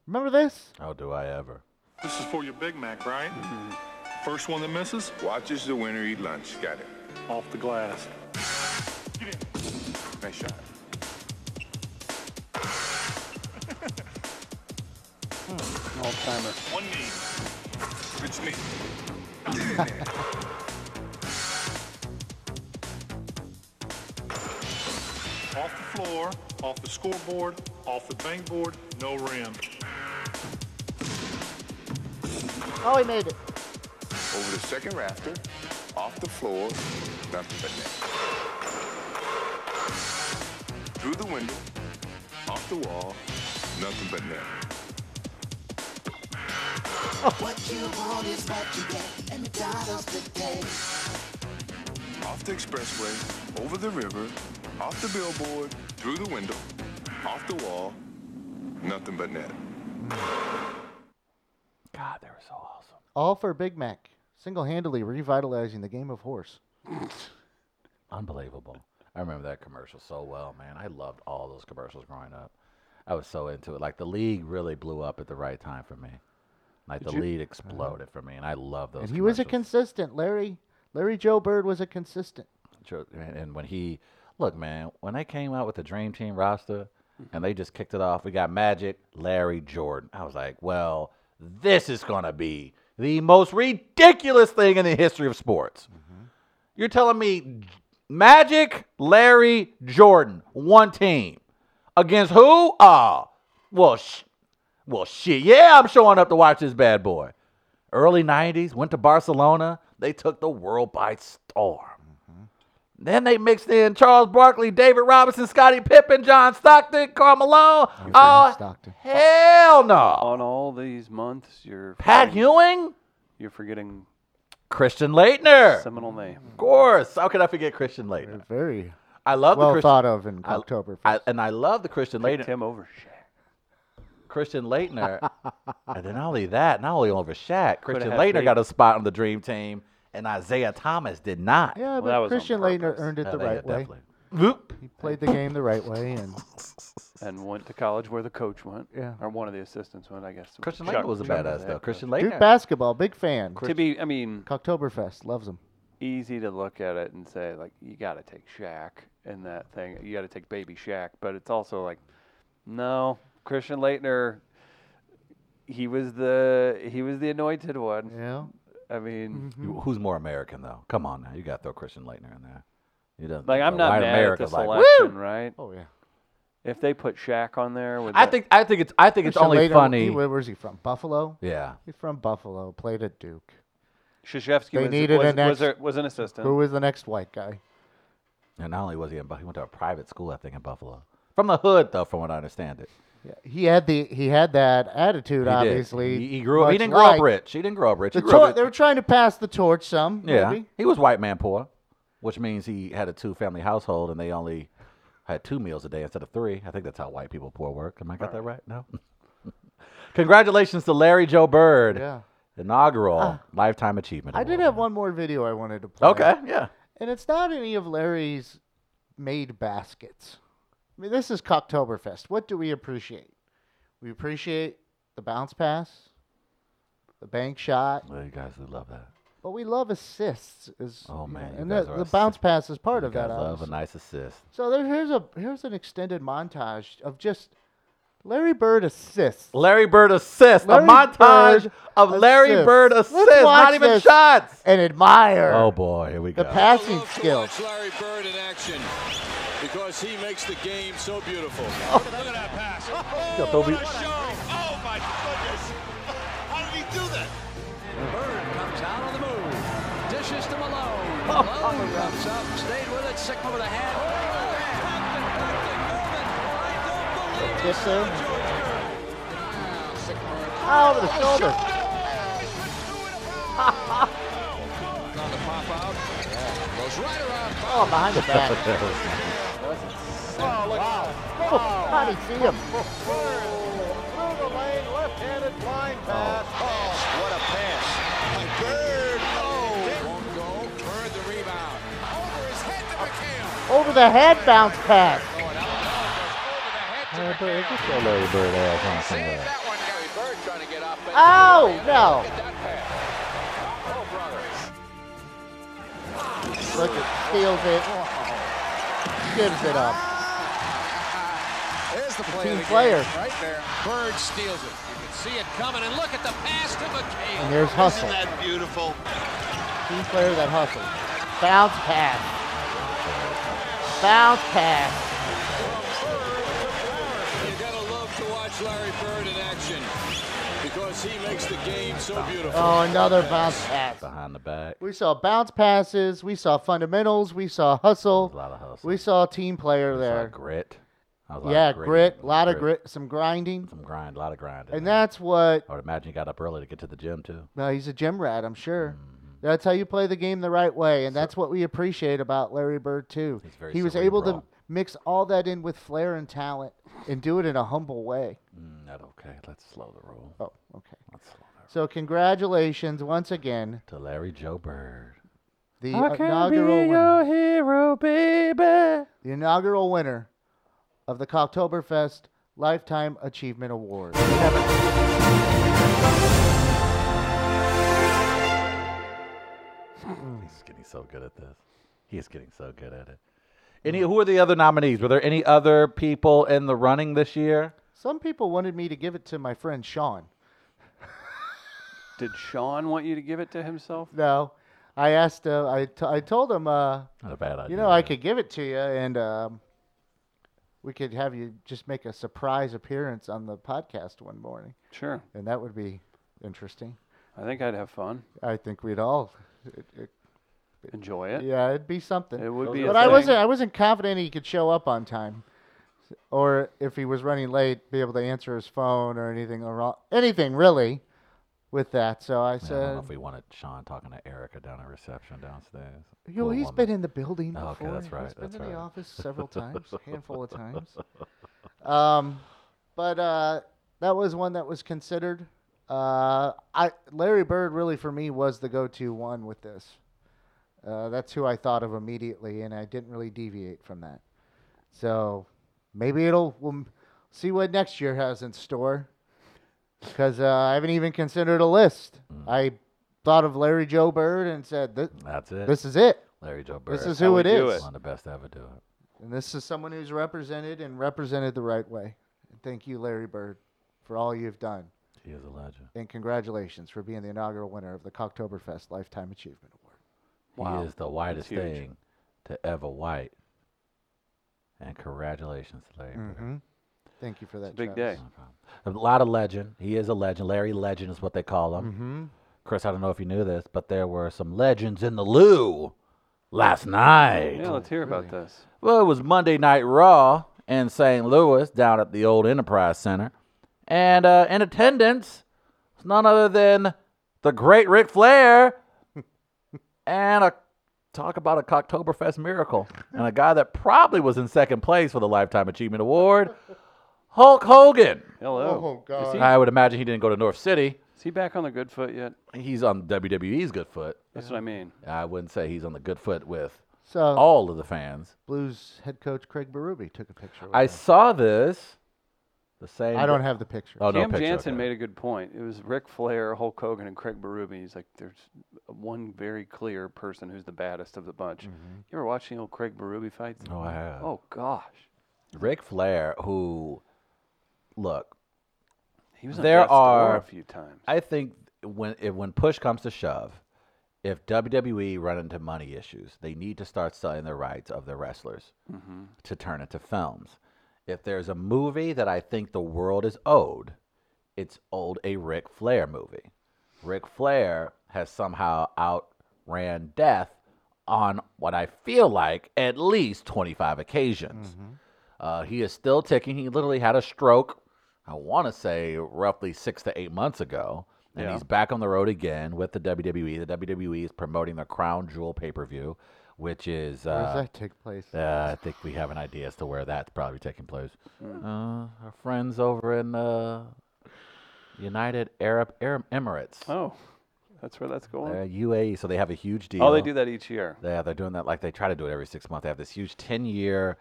[SPEAKER 2] Remember this?
[SPEAKER 3] How do I ever?
[SPEAKER 5] This is for your Big Mac, right? First one that misses,
[SPEAKER 6] Watches Mm-hmm. the winner eat lunch. Got it.
[SPEAKER 5] off the glass.
[SPEAKER 6] Nice shot.
[SPEAKER 1] Old timer.
[SPEAKER 5] One knee.
[SPEAKER 6] It's me.
[SPEAKER 5] Off the floor, off the scoreboard, off the bank board, no rim.
[SPEAKER 2] Oh, he made it.
[SPEAKER 6] Over the second rafter, off the floor, nothing but net. Through the window, off the wall, nothing but net. Off the expressway, over the river, off the billboard, through the window, off the wall, nothing but net.
[SPEAKER 3] God, they were so awesome.
[SPEAKER 2] All for Big Mac, single-handedly revitalizing the game of horse.
[SPEAKER 3] Unbelievable. I remember that commercial so well, man. I loved all those commercials growing up. I was so into it. Like the league really blew up at the right time for me. Like the lead exploded for me, and I love those.
[SPEAKER 2] Uh-huh. And he was a
[SPEAKER 3] commercials.
[SPEAKER 2] consistent. Larry, Larry Joe Bird was a consistent.
[SPEAKER 3] Joe- and, and when he look man when they came out with the dream team roster
[SPEAKER 2] Mm-hmm.
[SPEAKER 3] and they just kicked it off we got magic larry jordan i was like well this is going to be the most ridiculous thing in the history of sports you're telling me J- magic larry jordan one team against who ah well sh- well shit yeah i'm showing up to watch this bad boy early 90s went to barcelona they took the world by storm then they mixed in Charles Barkley, David Robinson, Scottie Pippen, John Stockton, Carl Malone. Oh,
[SPEAKER 2] Stockton.
[SPEAKER 3] hell no.
[SPEAKER 1] On all these months, you're
[SPEAKER 3] Pat
[SPEAKER 1] forgetting-
[SPEAKER 3] Ewing?
[SPEAKER 1] You're forgetting
[SPEAKER 3] Christian Leitner.
[SPEAKER 1] seminal name.
[SPEAKER 3] of course. How could I forget Christian Leitner?
[SPEAKER 2] Very
[SPEAKER 3] I love the
[SPEAKER 2] well
[SPEAKER 3] Christian.
[SPEAKER 2] thought of in
[SPEAKER 3] I-
[SPEAKER 2] October.
[SPEAKER 3] I, and I love the Christian
[SPEAKER 1] Picked
[SPEAKER 3] Leitner.
[SPEAKER 1] him over Shaq.
[SPEAKER 3] Christian Leitner. and then not only that, not only over Shaq, Christian
[SPEAKER 1] had
[SPEAKER 3] Leitner
[SPEAKER 1] Dave-
[SPEAKER 3] got a spot on the dream team, and Isaiah Thomas did not. Uh,
[SPEAKER 2] yeah,
[SPEAKER 1] that
[SPEAKER 2] but
[SPEAKER 1] was on
[SPEAKER 2] Christian Leitner
[SPEAKER 1] purpose.
[SPEAKER 2] earned it
[SPEAKER 3] Yeah,
[SPEAKER 2] the
[SPEAKER 3] they
[SPEAKER 2] right way.
[SPEAKER 3] definitely-
[SPEAKER 2] He played the game the right way, and
[SPEAKER 1] And went to college where the coach went.
[SPEAKER 2] Yeah.
[SPEAKER 1] Or one of the assistants went, I guess.
[SPEAKER 3] Christian
[SPEAKER 1] Chuck-
[SPEAKER 3] Leitner was a
[SPEAKER 1] Chuck
[SPEAKER 3] badass,
[SPEAKER 1] the
[SPEAKER 3] though.
[SPEAKER 1] head
[SPEAKER 3] Christian
[SPEAKER 1] coach.
[SPEAKER 3] Leitner.
[SPEAKER 2] Duke basketball, big fan.
[SPEAKER 1] To be, I mean,
[SPEAKER 2] Oktoberfest loves him.
[SPEAKER 1] easy to look at it and say, like, you got to take Shaq in that thing. You got to take baby Shaq. But it's also like, no, Christian Leitner. He was the he was the anointed one.
[SPEAKER 2] Yeah.
[SPEAKER 1] I mean,
[SPEAKER 3] You- Who's more American though? Come on now, you got to throw Christian Leitner in there. You don't
[SPEAKER 1] like I'm
[SPEAKER 3] the
[SPEAKER 1] not
[SPEAKER 3] white
[SPEAKER 1] mad
[SPEAKER 3] America's
[SPEAKER 1] at the
[SPEAKER 3] like,
[SPEAKER 1] selection,
[SPEAKER 3] "Woo!"
[SPEAKER 1] right?
[SPEAKER 2] Oh yeah.
[SPEAKER 1] If they put Shaq on there, with
[SPEAKER 3] I
[SPEAKER 1] that-
[SPEAKER 3] think I think it's I think it's
[SPEAKER 2] Christian
[SPEAKER 3] only
[SPEAKER 2] Leitner,
[SPEAKER 3] funny.
[SPEAKER 2] he- where- where's he from? Buffalo.
[SPEAKER 3] yeah,
[SPEAKER 2] He's from Buffalo. Played at Duke.
[SPEAKER 1] Krzyzewski
[SPEAKER 2] They
[SPEAKER 1] was,
[SPEAKER 2] needed
[SPEAKER 1] was,
[SPEAKER 2] an ex-
[SPEAKER 1] was, there- was an assistant.
[SPEAKER 2] Who was the next white guy?
[SPEAKER 3] and not only was he in, Bu- he went to a private school I think in Buffalo, from the hood though, from what I understand it.
[SPEAKER 2] Yeah, he had the he had that attitude.
[SPEAKER 3] He did.
[SPEAKER 2] obviously,
[SPEAKER 3] he, he grew up. He
[SPEAKER 2] much
[SPEAKER 3] didn't grow up
[SPEAKER 2] like-
[SPEAKER 3] rich. He didn't grow up rich. He
[SPEAKER 2] The
[SPEAKER 3] grew
[SPEAKER 2] tor-
[SPEAKER 3] up
[SPEAKER 2] they were trying to pass the torch some.
[SPEAKER 3] yeah,
[SPEAKER 2] maybe.
[SPEAKER 3] he was white man poor, which means he had a two family household and they only had two meals a day instead of three. I think that's how white people poor work. Am I got that right? No. Congratulations to Larry Joe Bird,
[SPEAKER 2] Yeah. Ah.
[SPEAKER 3] inaugural lifetime achievement.
[SPEAKER 2] I did
[SPEAKER 3] Award.
[SPEAKER 2] have one more video I wanted to play.
[SPEAKER 3] Okay, yeah.
[SPEAKER 2] And it's not any of Larry's made baskets. I mean, this is Cocktoberfest. What do we appreciate? We appreciate the bounce pass, the bank shot,
[SPEAKER 3] Well, you guys would love that.
[SPEAKER 2] but we love assists. Is,
[SPEAKER 3] Oh,
[SPEAKER 2] you
[SPEAKER 3] man, you
[SPEAKER 2] and
[SPEAKER 3] guys
[SPEAKER 2] the,
[SPEAKER 3] are
[SPEAKER 2] the
[SPEAKER 3] assi-
[SPEAKER 2] bounce pass is part
[SPEAKER 3] you
[SPEAKER 2] of that.
[SPEAKER 3] guys love a
[SPEAKER 2] obviously.
[SPEAKER 3] nice assist.
[SPEAKER 2] So there, here's a here's an extended montage of just Larry Bird assists.
[SPEAKER 3] Larry Bird assists.
[SPEAKER 2] Larry
[SPEAKER 3] a montage
[SPEAKER 2] Bird
[SPEAKER 3] of Larry
[SPEAKER 2] assists.
[SPEAKER 3] Bird
[SPEAKER 2] Let's
[SPEAKER 3] assists. Not
[SPEAKER 2] watch
[SPEAKER 3] even
[SPEAKER 2] this
[SPEAKER 3] shots.
[SPEAKER 2] And admire
[SPEAKER 3] Oh boy, here we
[SPEAKER 2] the
[SPEAKER 3] go.
[SPEAKER 2] passing
[SPEAKER 7] love to
[SPEAKER 2] skills.
[SPEAKER 7] watch Larry Bird in action because he makes the game so beautiful.
[SPEAKER 5] Look at that pass.
[SPEAKER 3] Yeah, Toby.
[SPEAKER 5] Oh my goodness. How did he do that?
[SPEAKER 7] Bird comes out on the move, dishes to Malone. Malone comes up, stayed with it. Sigma with a hand.
[SPEAKER 2] Yes,
[SPEAKER 7] Oh,
[SPEAKER 2] sir. Out
[SPEAKER 7] Oh,
[SPEAKER 2] of the shoulder.
[SPEAKER 7] On the pop out, goes right around.
[SPEAKER 2] Oh, behind the back.
[SPEAKER 7] Oh, look wow.
[SPEAKER 2] Oh, how did he see him?
[SPEAKER 7] Oh,
[SPEAKER 2] Oh.
[SPEAKER 7] What a pass! By Bird. Oh, won't go. Bird the rebound. Over his head to McHale.
[SPEAKER 2] Uh, Over the head bounce pass.
[SPEAKER 7] Going out low, goes over the head to
[SPEAKER 3] Larry Bird,
[SPEAKER 7] McHale.
[SPEAKER 3] just throw Larry Bird ass on
[SPEAKER 7] Save
[SPEAKER 3] somewhere.
[SPEAKER 7] that one, Gary Bird trying to get up. and-
[SPEAKER 2] Oh, no.
[SPEAKER 7] Look at that pass. Oh, brother.
[SPEAKER 2] Look, it steals it. Gives it up.
[SPEAKER 7] There's the play.
[SPEAKER 2] Team
[SPEAKER 7] of the
[SPEAKER 2] player.
[SPEAKER 7] game, right there. Bird steals it. You can see it coming, and look at the pass to McHale.
[SPEAKER 2] And there's hustle.
[SPEAKER 8] Isn't that beautiful?
[SPEAKER 2] Team player that hustle. Bounce pass. Bounce pass.
[SPEAKER 7] You gotta love to watch Larry Bird in action because he makes the game so beautiful.
[SPEAKER 2] Oh, another bounce pass.
[SPEAKER 3] behind the back.
[SPEAKER 2] We saw bounce passes. We saw fundamentals. We saw hustle.
[SPEAKER 3] A lot of hustle.
[SPEAKER 2] We saw team player
[SPEAKER 3] It's a lot
[SPEAKER 2] there.
[SPEAKER 3] of grit. That was a lot of
[SPEAKER 2] Yeah, grit. A
[SPEAKER 3] in-
[SPEAKER 2] lot of grit. Some grinding.
[SPEAKER 3] Some grind, a lot of grind. in
[SPEAKER 2] And
[SPEAKER 3] there.
[SPEAKER 2] that's what.
[SPEAKER 3] I would imagine you got up early to get to the gym too.
[SPEAKER 2] No, he's a gym rat. I'm sure. That's how you play the game the right way, and that's what we appreciate about Larry Bird too.
[SPEAKER 3] He's very
[SPEAKER 2] he was able to
[SPEAKER 3] cerebral.
[SPEAKER 2] mix all that in with flair and talent, and do it in a humble way.
[SPEAKER 3] Mm, that okay. Let's slow the roll.
[SPEAKER 2] Oh, okay.
[SPEAKER 3] Let's slow the roll.
[SPEAKER 2] So congratulations once again,
[SPEAKER 3] To Larry Joe Bird.
[SPEAKER 2] the inaugural winner,
[SPEAKER 3] hero, baby.
[SPEAKER 2] the inaugural winner of the Cocktoberfest Lifetime Achievement Award.
[SPEAKER 3] He's getting so good at this. He is getting so good at it. Any? Who are the other nominees? Were there any other people in the running this year?
[SPEAKER 2] Some people wanted me to give it to my friend Sean.
[SPEAKER 1] Did Sean want you to give it to himself?
[SPEAKER 2] No, I asked. Uh, I t- I told him. Uh,
[SPEAKER 3] Not a bad idea.
[SPEAKER 2] You know, I could give it to you, and um, we could have you just make a surprise appearance on the podcast one morning,
[SPEAKER 1] Sure.
[SPEAKER 2] and that would be interesting.
[SPEAKER 1] I think I'd have fun.
[SPEAKER 2] I think we'd all, it, it,
[SPEAKER 1] Enjoy it.
[SPEAKER 2] yeah, it'd be something.
[SPEAKER 1] It would be. a
[SPEAKER 2] but I
[SPEAKER 1] thing.
[SPEAKER 2] wasn't. I wasn't confident he could show up on time, or if he was running late, be able to answer his phone or anything wrong, anything really, with that. So I
[SPEAKER 3] I don't know
[SPEAKER 2] said,
[SPEAKER 3] if we wanted Sean talking to Erica down at reception downstairs.
[SPEAKER 2] "Yo,
[SPEAKER 3] Poor
[SPEAKER 2] he's
[SPEAKER 3] woman.
[SPEAKER 2] been in the building
[SPEAKER 3] Oh, okay,
[SPEAKER 2] before.
[SPEAKER 3] that's right,
[SPEAKER 2] He's been
[SPEAKER 3] that's
[SPEAKER 2] in
[SPEAKER 3] right.
[SPEAKER 2] the office several times, handful of times." Um, but uh, that was one that was considered. Uh, I Larry Bird really for me was the go-to one with this. Uh, that's who I thought of immediately, and I didn't really deviate from that. So maybe it'll we'll m- see what next year has in store. Because uh, I haven't even considered a list.
[SPEAKER 3] Mm.
[SPEAKER 2] I thought of Larry Joe Bird and said, "Th-
[SPEAKER 3] That's it.
[SPEAKER 2] "This is it.
[SPEAKER 3] Larry Joe Bird.
[SPEAKER 2] This is
[SPEAKER 1] how
[SPEAKER 2] who
[SPEAKER 1] we
[SPEAKER 2] it
[SPEAKER 1] do
[SPEAKER 2] is."
[SPEAKER 1] it.
[SPEAKER 3] One of the best to ever do it.
[SPEAKER 2] And this is someone who's represented and represented the right way. And thank you, Larry Bird, for all you've done.
[SPEAKER 3] He is a legend.
[SPEAKER 2] And congratulations for being the inaugural winner of the Cocktoberfest Lifetime Achievement Award.
[SPEAKER 1] Wow.
[SPEAKER 3] He is the whitest
[SPEAKER 1] huge.
[SPEAKER 3] thing to ever white. And congratulations, Larry. Bird.
[SPEAKER 2] Mm-hmm. Thank you for that.
[SPEAKER 1] It's a big
[SPEAKER 2] Travis.
[SPEAKER 1] day.
[SPEAKER 3] A lot of legend. He is a legend. Larry Legend is what they call him.
[SPEAKER 2] Mm-hmm.
[SPEAKER 3] Chris, I don't know if you knew this, but there were some legends in the loo last night.
[SPEAKER 1] Yeah, let's hear about this.
[SPEAKER 3] Well, it was Monday Night Raw in St. Louis down at the old Enterprise Center. And uh, in attendance was none other than the great Ric Flair and a talk about a Cocktoberfest miracle. And a guy that probably was in second place for the Lifetime Achievement Award, Hulk Hogan.
[SPEAKER 1] Hello.
[SPEAKER 2] Oh, God.
[SPEAKER 1] Is he,
[SPEAKER 3] I would imagine he didn't go to North City.
[SPEAKER 1] is he back on the good foot yet?
[SPEAKER 3] He's on WWE's good foot.
[SPEAKER 1] That's what I mean.
[SPEAKER 3] I wouldn't say he's on the good foot with
[SPEAKER 2] So,
[SPEAKER 3] all of the fans.
[SPEAKER 2] Blues head coach Craig Berube took a picture. With
[SPEAKER 3] I
[SPEAKER 2] him.
[SPEAKER 3] saw this. The same.
[SPEAKER 2] I don't have the picture.
[SPEAKER 3] Oh, no
[SPEAKER 1] Cam
[SPEAKER 3] picture,
[SPEAKER 1] Jansen
[SPEAKER 3] okay.
[SPEAKER 1] made a good point. It was Ric Flair, Hulk Hogan, and Craig Berube. He's like, there's one very clear person who's the baddest of the bunch.
[SPEAKER 2] Mm-hmm.
[SPEAKER 1] You ever watch the old Craig Berube fights?
[SPEAKER 3] Oh, I have.
[SPEAKER 1] Oh gosh,
[SPEAKER 3] Ric Flair, who, look,
[SPEAKER 1] he was on
[SPEAKER 3] There
[SPEAKER 1] death's door
[SPEAKER 3] are-
[SPEAKER 1] a few times.
[SPEAKER 3] I think when if, when push comes to shove, if WWE run into money issues, they need to start selling the rights of their wrestlers to turn into films. If there's a movie that I think the world is owed, it's owed a Ric Flair movie. Ric Flair has somehow outran death on what I feel like at least 25 occasions. Uh, he is still ticking. He literally had a stroke, I want to say roughly six to eight months ago. And
[SPEAKER 1] Yeah.
[SPEAKER 3] he's back on the road again with the WWE. The WWE is promoting the Crown Jewel pay per view, which is.
[SPEAKER 2] Where
[SPEAKER 3] Uh,
[SPEAKER 2] does that take place?
[SPEAKER 3] uh, I think we have an idea as to where that's probably taking place.
[SPEAKER 1] Hmm.
[SPEAKER 3] Uh, our friends over in uh, United Arab, Arab Emirates,
[SPEAKER 1] oh, that's where that's going.
[SPEAKER 3] They're UAE, so they have a huge deal.
[SPEAKER 1] oh, they do that each year.
[SPEAKER 3] Yeah, they're doing that like they try to do it every six months. They have this huge ten-year,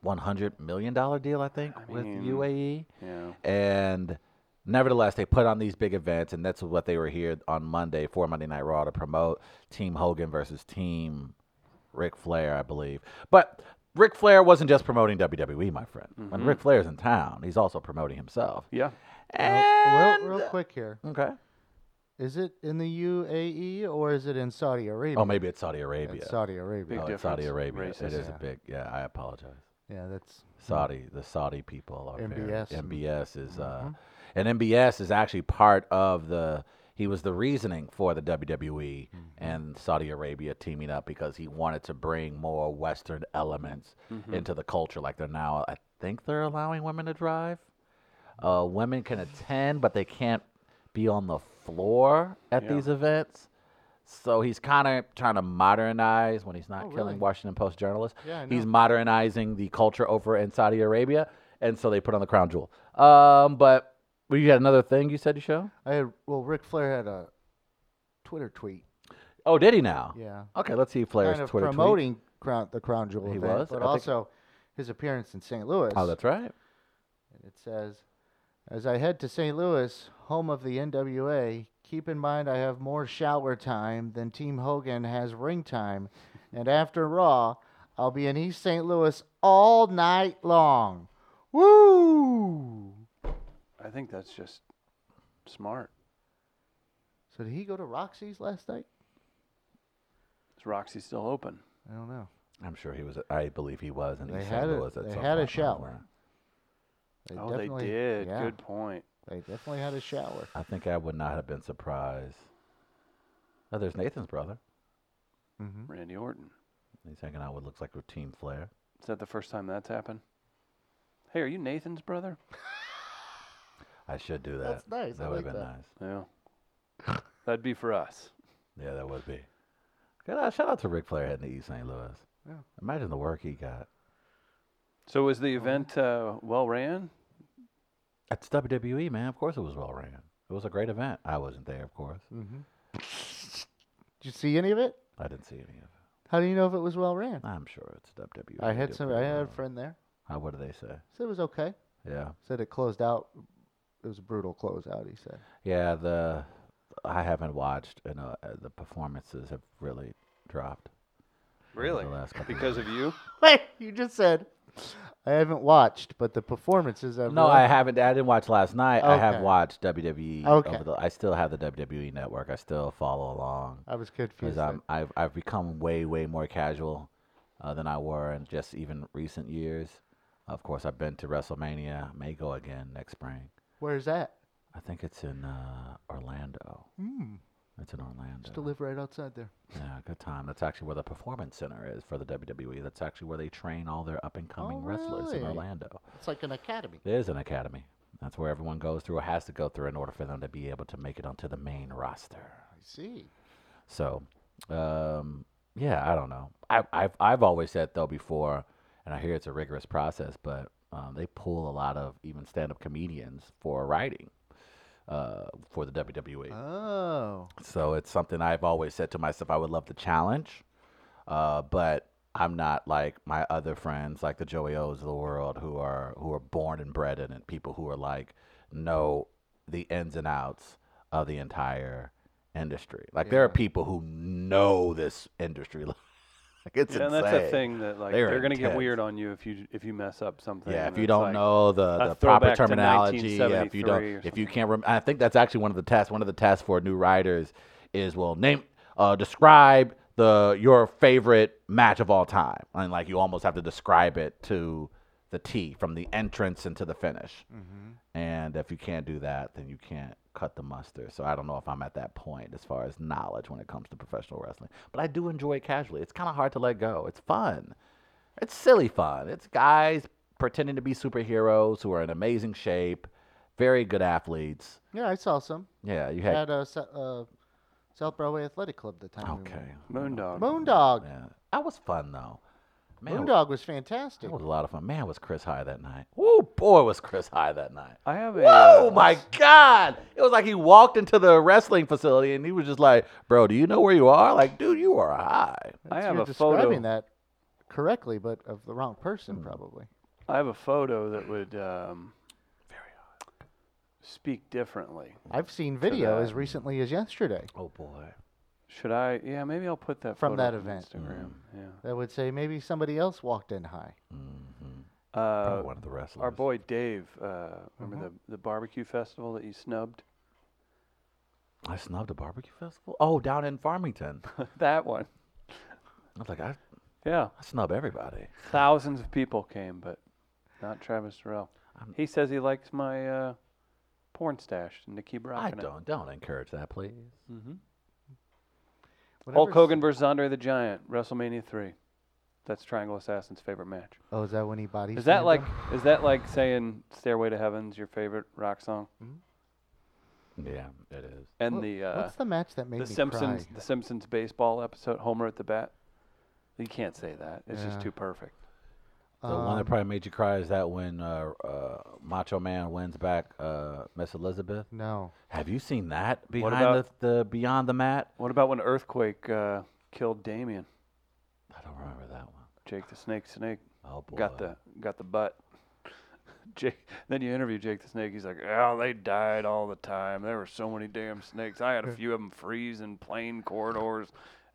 [SPEAKER 3] one hundred million dollar deal, I think,
[SPEAKER 1] mean,
[SPEAKER 3] with UAE.
[SPEAKER 1] yeah.
[SPEAKER 3] And nevertheless, they put on these big events, and that's what they were here on Monday for Monday Night Raw to promote Team Hogan versus Team Ric Flair, I believe. But Ric E,
[SPEAKER 1] Mm-hmm.
[SPEAKER 3] Flair wasn't just promoting WWE, my friend. When Ric Flair's in town, he's also promoting himself.
[SPEAKER 1] Yeah.
[SPEAKER 2] Now, real, real quick here.
[SPEAKER 3] Okay.
[SPEAKER 2] Is it in the UAE or is it in Saudi Arabia?
[SPEAKER 3] Oh, maybe it's Saudi Arabia.
[SPEAKER 2] It's Saudi Arabia.
[SPEAKER 1] Big
[SPEAKER 3] Oh, it's
[SPEAKER 1] difference.
[SPEAKER 3] Saudi Arabia. It
[SPEAKER 1] Racist.
[SPEAKER 3] is
[SPEAKER 2] Yeah.
[SPEAKER 3] a big. Yeah, I apologize.
[SPEAKER 2] Yeah, that's
[SPEAKER 3] Saudi, the Saudi people are
[SPEAKER 2] MBS.
[SPEAKER 3] Very, MBS is, uh, and MBS is actually part of the. He was the reasoning for the WWE and Saudi Arabia teaming up because he wanted to bring more Western elements into the culture. Like they're now, I think they're allowing women to drive. Uh, women can attend, but they can't be on the floor at
[SPEAKER 1] Yeah.
[SPEAKER 3] these events. So he's kind of trying to modernize when he's not killing
[SPEAKER 2] Oh, really?
[SPEAKER 3] Washington Post journalists.
[SPEAKER 2] Yeah, I
[SPEAKER 3] he's
[SPEAKER 2] know.
[SPEAKER 3] modernizing the culture over in Saudi Arabia, and so they put on the crown jewel. Um, but well, you had another thing you said to show?
[SPEAKER 2] I had well, Ric Flair had a Twitter tweet.
[SPEAKER 3] Oh, did he now?
[SPEAKER 2] Yeah.
[SPEAKER 3] Okay, let's see Flair's
[SPEAKER 2] kind of
[SPEAKER 3] Twitter tweet.
[SPEAKER 2] promoting Crown, the Crown Jewel
[SPEAKER 3] He
[SPEAKER 2] event,
[SPEAKER 3] was? I
[SPEAKER 2] but
[SPEAKER 3] think-
[SPEAKER 2] also his appearance in St. Louis.
[SPEAKER 3] Oh, that's right.
[SPEAKER 2] And it says, as I head to St. Louis, home of the NWA, keep in mind I have more shower time than Team Hogan has ring time. And after Raw, I'll be in East St. Louis all night long. Woo!
[SPEAKER 1] I think that's just smart.
[SPEAKER 2] So did he go to Roxy's last night?
[SPEAKER 1] Is Roxy still open?
[SPEAKER 2] I don't know.
[SPEAKER 3] I'm sure he was. I believe he was. And
[SPEAKER 2] They
[SPEAKER 3] East
[SPEAKER 2] had
[SPEAKER 3] St.
[SPEAKER 2] a-
[SPEAKER 3] Louis at
[SPEAKER 2] they
[SPEAKER 3] some
[SPEAKER 2] had a
[SPEAKER 3] point. I don't
[SPEAKER 2] shower.
[SPEAKER 3] remember.
[SPEAKER 2] They
[SPEAKER 1] oh, they
[SPEAKER 2] definitely-
[SPEAKER 1] did.
[SPEAKER 2] yeah,
[SPEAKER 1] Good point.
[SPEAKER 2] They definitely had a shower.
[SPEAKER 3] I think I would not have been surprised. Oh, there's Nathan's brother.
[SPEAKER 1] Randy Orton.
[SPEAKER 3] He's hanging out with looks like with Team Flair.
[SPEAKER 1] Is that the first time that's happened? Hey, are you Nathan's brother?
[SPEAKER 3] I should do that.
[SPEAKER 2] That's nice.
[SPEAKER 3] That
[SPEAKER 2] I
[SPEAKER 3] would have
[SPEAKER 2] like
[SPEAKER 3] been
[SPEAKER 2] that.
[SPEAKER 3] nice.
[SPEAKER 1] Yeah. That'd be for us.
[SPEAKER 3] Yeah, that would be. Good, uh, shout out to Ric Flair heading to East St. Louis.
[SPEAKER 2] Yeah.
[SPEAKER 3] Imagine the work he got.
[SPEAKER 1] So was the event uh, well ran?
[SPEAKER 3] That's WWE, E, man. Of course it was well ran. It was a great event. I wasn't there, of course.
[SPEAKER 2] Mm. Did you see any of it?
[SPEAKER 3] I didn't see any of it.
[SPEAKER 2] How do you know if it was well ran?
[SPEAKER 3] I'm sure it's WWE.
[SPEAKER 2] I
[SPEAKER 3] They
[SPEAKER 2] had
[SPEAKER 3] do
[SPEAKER 2] some. I
[SPEAKER 3] pretty
[SPEAKER 2] had a
[SPEAKER 3] well.
[SPEAKER 2] friend there.
[SPEAKER 3] How, what do they say?
[SPEAKER 2] Said it was okay.
[SPEAKER 3] Yeah.
[SPEAKER 2] Said it closed out. It was a brutal closeout. He said.
[SPEAKER 3] Yeah, the I haven't watched, and uh, uh, the performances have really dropped.
[SPEAKER 1] Really?
[SPEAKER 3] The last couple
[SPEAKER 1] Because of you?
[SPEAKER 2] Wait, you just said I haven't watched, but the performances. I've
[SPEAKER 3] No,
[SPEAKER 2] really-
[SPEAKER 3] I haven't. I didn't watch last night. I have
[SPEAKER 2] Okay.
[SPEAKER 3] watched WWE.
[SPEAKER 2] Okay.
[SPEAKER 3] Over the, I still have the WWE network. I still follow along.
[SPEAKER 2] I was
[SPEAKER 3] because
[SPEAKER 2] confused.
[SPEAKER 3] I'm um, I've I've become way way more casual uh, than I were in just even recent years. Of course, I've been to WrestleMania. May go again next spring.
[SPEAKER 2] Where's that?
[SPEAKER 3] I think it's in uh, Orlando. It's in Orlando.
[SPEAKER 2] Used to live right outside there.
[SPEAKER 3] Yeah, good time. That's actually where the performance center is for the WWE. That's actually where they train all their up and coming wrestlers in
[SPEAKER 2] really?
[SPEAKER 3] Orlando.
[SPEAKER 2] It's like an academy.
[SPEAKER 3] There's an academy. That's where everyone goes through or has to go through in order for them to be able to make it onto the main roster.
[SPEAKER 2] I see.
[SPEAKER 3] So, um, yeah, I don't know. I, I've I've always said though before, and I hear it's a rigorous process, but um, they pull a lot of even stand-up comedians for writing uh, for the E. WWE.
[SPEAKER 2] Oh,
[SPEAKER 3] So it's something I've always said to myself. I would love the challenge, uh, but I'm not like my other friends, like the Joey O's of the world, who are who are born and bred in it. People who are like know the ins and outs of the entire industry. Like there are people who know this industry. like it's
[SPEAKER 1] Yeah, and that's a
[SPEAKER 3] insane.
[SPEAKER 1] thing that like
[SPEAKER 3] They
[SPEAKER 1] they're,
[SPEAKER 3] are
[SPEAKER 1] gonna get
[SPEAKER 3] intense.
[SPEAKER 1] weird on you if you if you mess up something.
[SPEAKER 3] Yeah,
[SPEAKER 1] and
[SPEAKER 3] if you
[SPEAKER 1] it's
[SPEAKER 3] don't
[SPEAKER 1] like-
[SPEAKER 3] know the,
[SPEAKER 1] a
[SPEAKER 3] the proper
[SPEAKER 1] throwback to
[SPEAKER 3] terminology, yeah, if
[SPEAKER 1] 1973
[SPEAKER 3] you
[SPEAKER 1] or
[SPEAKER 3] don't, if you can't, rem- I think that's actually one of the tests. One of the tests for new writers is well, name, uh, describe the your favorite match of all time, and like you almost have to describe it to the T from the entrance into the finish. And if you can't do that, then you can't cut the mustard. So I don't know if I'm at that point as far as knowledge when it comes to professional wrestling, but I do enjoy it casually. It's kind of hard to let go. It's fun. It's silly fun. It's guys pretending to be superheroes who are in amazing shape, very good athletes.
[SPEAKER 2] yeah, I saw some
[SPEAKER 3] Yeah, you had
[SPEAKER 2] at uh, Sou- uh, South Broadway Athletic Club the time. we went.
[SPEAKER 3] okay.
[SPEAKER 1] Moondog.
[SPEAKER 2] Moondog.
[SPEAKER 3] Yeah, that was fun though. Man,
[SPEAKER 2] Moondog was fantastic.
[SPEAKER 3] that was a lot of fun. Man, was Chris high that night? Woo, boy, was Chris high that night.
[SPEAKER 1] I have a
[SPEAKER 3] Whoa,
[SPEAKER 1] uh,
[SPEAKER 3] my God! It was like he walked into the wrestling facility and he was just like, "Bro, do you know where you are?" Like, dude, you are high.
[SPEAKER 1] I
[SPEAKER 2] So
[SPEAKER 1] have
[SPEAKER 2] You're
[SPEAKER 1] a
[SPEAKER 2] describing
[SPEAKER 1] photo.
[SPEAKER 2] that correctly, but of the wrong person probably.
[SPEAKER 1] I have a photo that would um, speak differently.
[SPEAKER 2] I've seen video
[SPEAKER 1] that.
[SPEAKER 2] as recently as yesterday
[SPEAKER 3] Oh boy.
[SPEAKER 1] Should I? Yeah, maybe I'll put that
[SPEAKER 2] From
[SPEAKER 1] photo
[SPEAKER 2] that
[SPEAKER 3] Mm.
[SPEAKER 1] up on
[SPEAKER 2] event.
[SPEAKER 1] Instagram. Yeah.
[SPEAKER 2] that would say maybe somebody else walked in high.
[SPEAKER 3] Probably
[SPEAKER 1] Uh,
[SPEAKER 3] one of the wrestlers.
[SPEAKER 1] our boy Dave, uh, remember the, the barbecue festival that you snubbed?
[SPEAKER 3] I snubbed a barbecue festival. Oh, down in Farmington. I
[SPEAKER 1] that one.
[SPEAKER 3] was like, I,
[SPEAKER 1] Yeah.
[SPEAKER 3] I snub everybody.
[SPEAKER 1] Thousands of people came, but not Travis Terrell.
[SPEAKER 3] I'm-
[SPEAKER 1] He says he likes my uh, porn stash, Nikki Brock.
[SPEAKER 3] I don't. Don't encourage that, please.
[SPEAKER 1] Hulk
[SPEAKER 2] Whatever's-
[SPEAKER 1] Hogan versus Andre the Giant, WrestleMania 3. That's Triangle Assassin's favorite match.
[SPEAKER 2] Oh, is that when he body?
[SPEAKER 1] Is that like is that like saying Stairway to Heaven's your favorite rock song?
[SPEAKER 3] Yeah, it is.
[SPEAKER 1] And the uh,
[SPEAKER 2] What's the match that made
[SPEAKER 1] the
[SPEAKER 2] me
[SPEAKER 1] Simpsons
[SPEAKER 2] cry?
[SPEAKER 1] the Simpsons baseball episode Homer at the bat. You can't say that. It's just
[SPEAKER 2] Yeah.
[SPEAKER 1] too perfect.
[SPEAKER 3] The one that probably made you cry is that when uh, uh, Macho Man wins back uh, Miss Elizabeth.
[SPEAKER 2] No.
[SPEAKER 3] Have you seen that
[SPEAKER 1] What
[SPEAKER 3] behind
[SPEAKER 1] about-
[SPEAKER 3] the, the Beyond the Mat?
[SPEAKER 1] What about when Earthquake uh, killed Damien?
[SPEAKER 3] I don't remember that one.
[SPEAKER 1] Jake the Snake Snake
[SPEAKER 3] Oh boy.
[SPEAKER 1] got the got the butt. Jake, then you interview Jake the Snake. He's like, "Oh, they died all the time. There were so many damn snakes. I had a few of them freeze in plane corridors,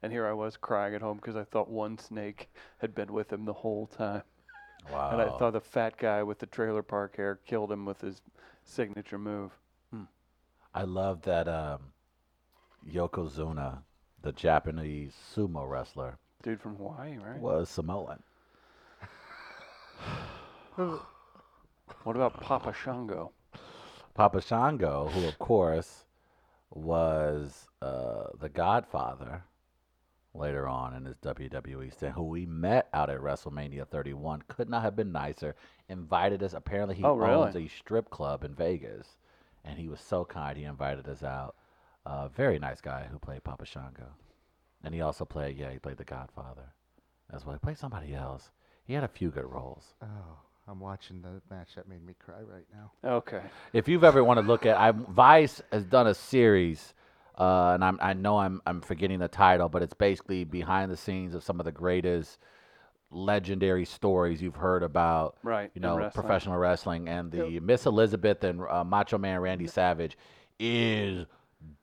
[SPEAKER 1] and here I was crying at home because I thought one snake had been with him the whole time."
[SPEAKER 3] Wow.
[SPEAKER 1] And I thought the fat guy with the trailer park hair killed him with his signature move.
[SPEAKER 3] I love that um, Yokozuna, the Japanese sumo wrestler,
[SPEAKER 1] Dude from Hawaii, right?
[SPEAKER 3] was Samoan.
[SPEAKER 1] What about Papa Shango?
[SPEAKER 3] Papa Shango, who of course was uh, the Godfather later on in his WWE stint, who we met out at WrestleMania 31, could not have been nicer. Invited us. Apparently, he
[SPEAKER 1] Oh, really?
[SPEAKER 3] owns a strip club in Vegas, and he was so kind. He invited us out. Uh, very nice guy who played Papa Shango, and he also played yeah he played the Godfather as well. He played somebody else. He had a few good roles.
[SPEAKER 2] Oh, I'm watching the match that made me cry right now.
[SPEAKER 1] Okay.
[SPEAKER 3] If you've ever want to look at, I Vice has done a series, uh, and I'm, I know I'm I'm forgetting the title, but it's basically behind the scenes of some of the greatest legendary stories you've heard about,
[SPEAKER 1] Right,
[SPEAKER 3] You
[SPEAKER 1] in
[SPEAKER 3] know,
[SPEAKER 1] wrestling.
[SPEAKER 3] professional wrestling and the Miss Elizabeth and uh, Macho Man Randy Savage is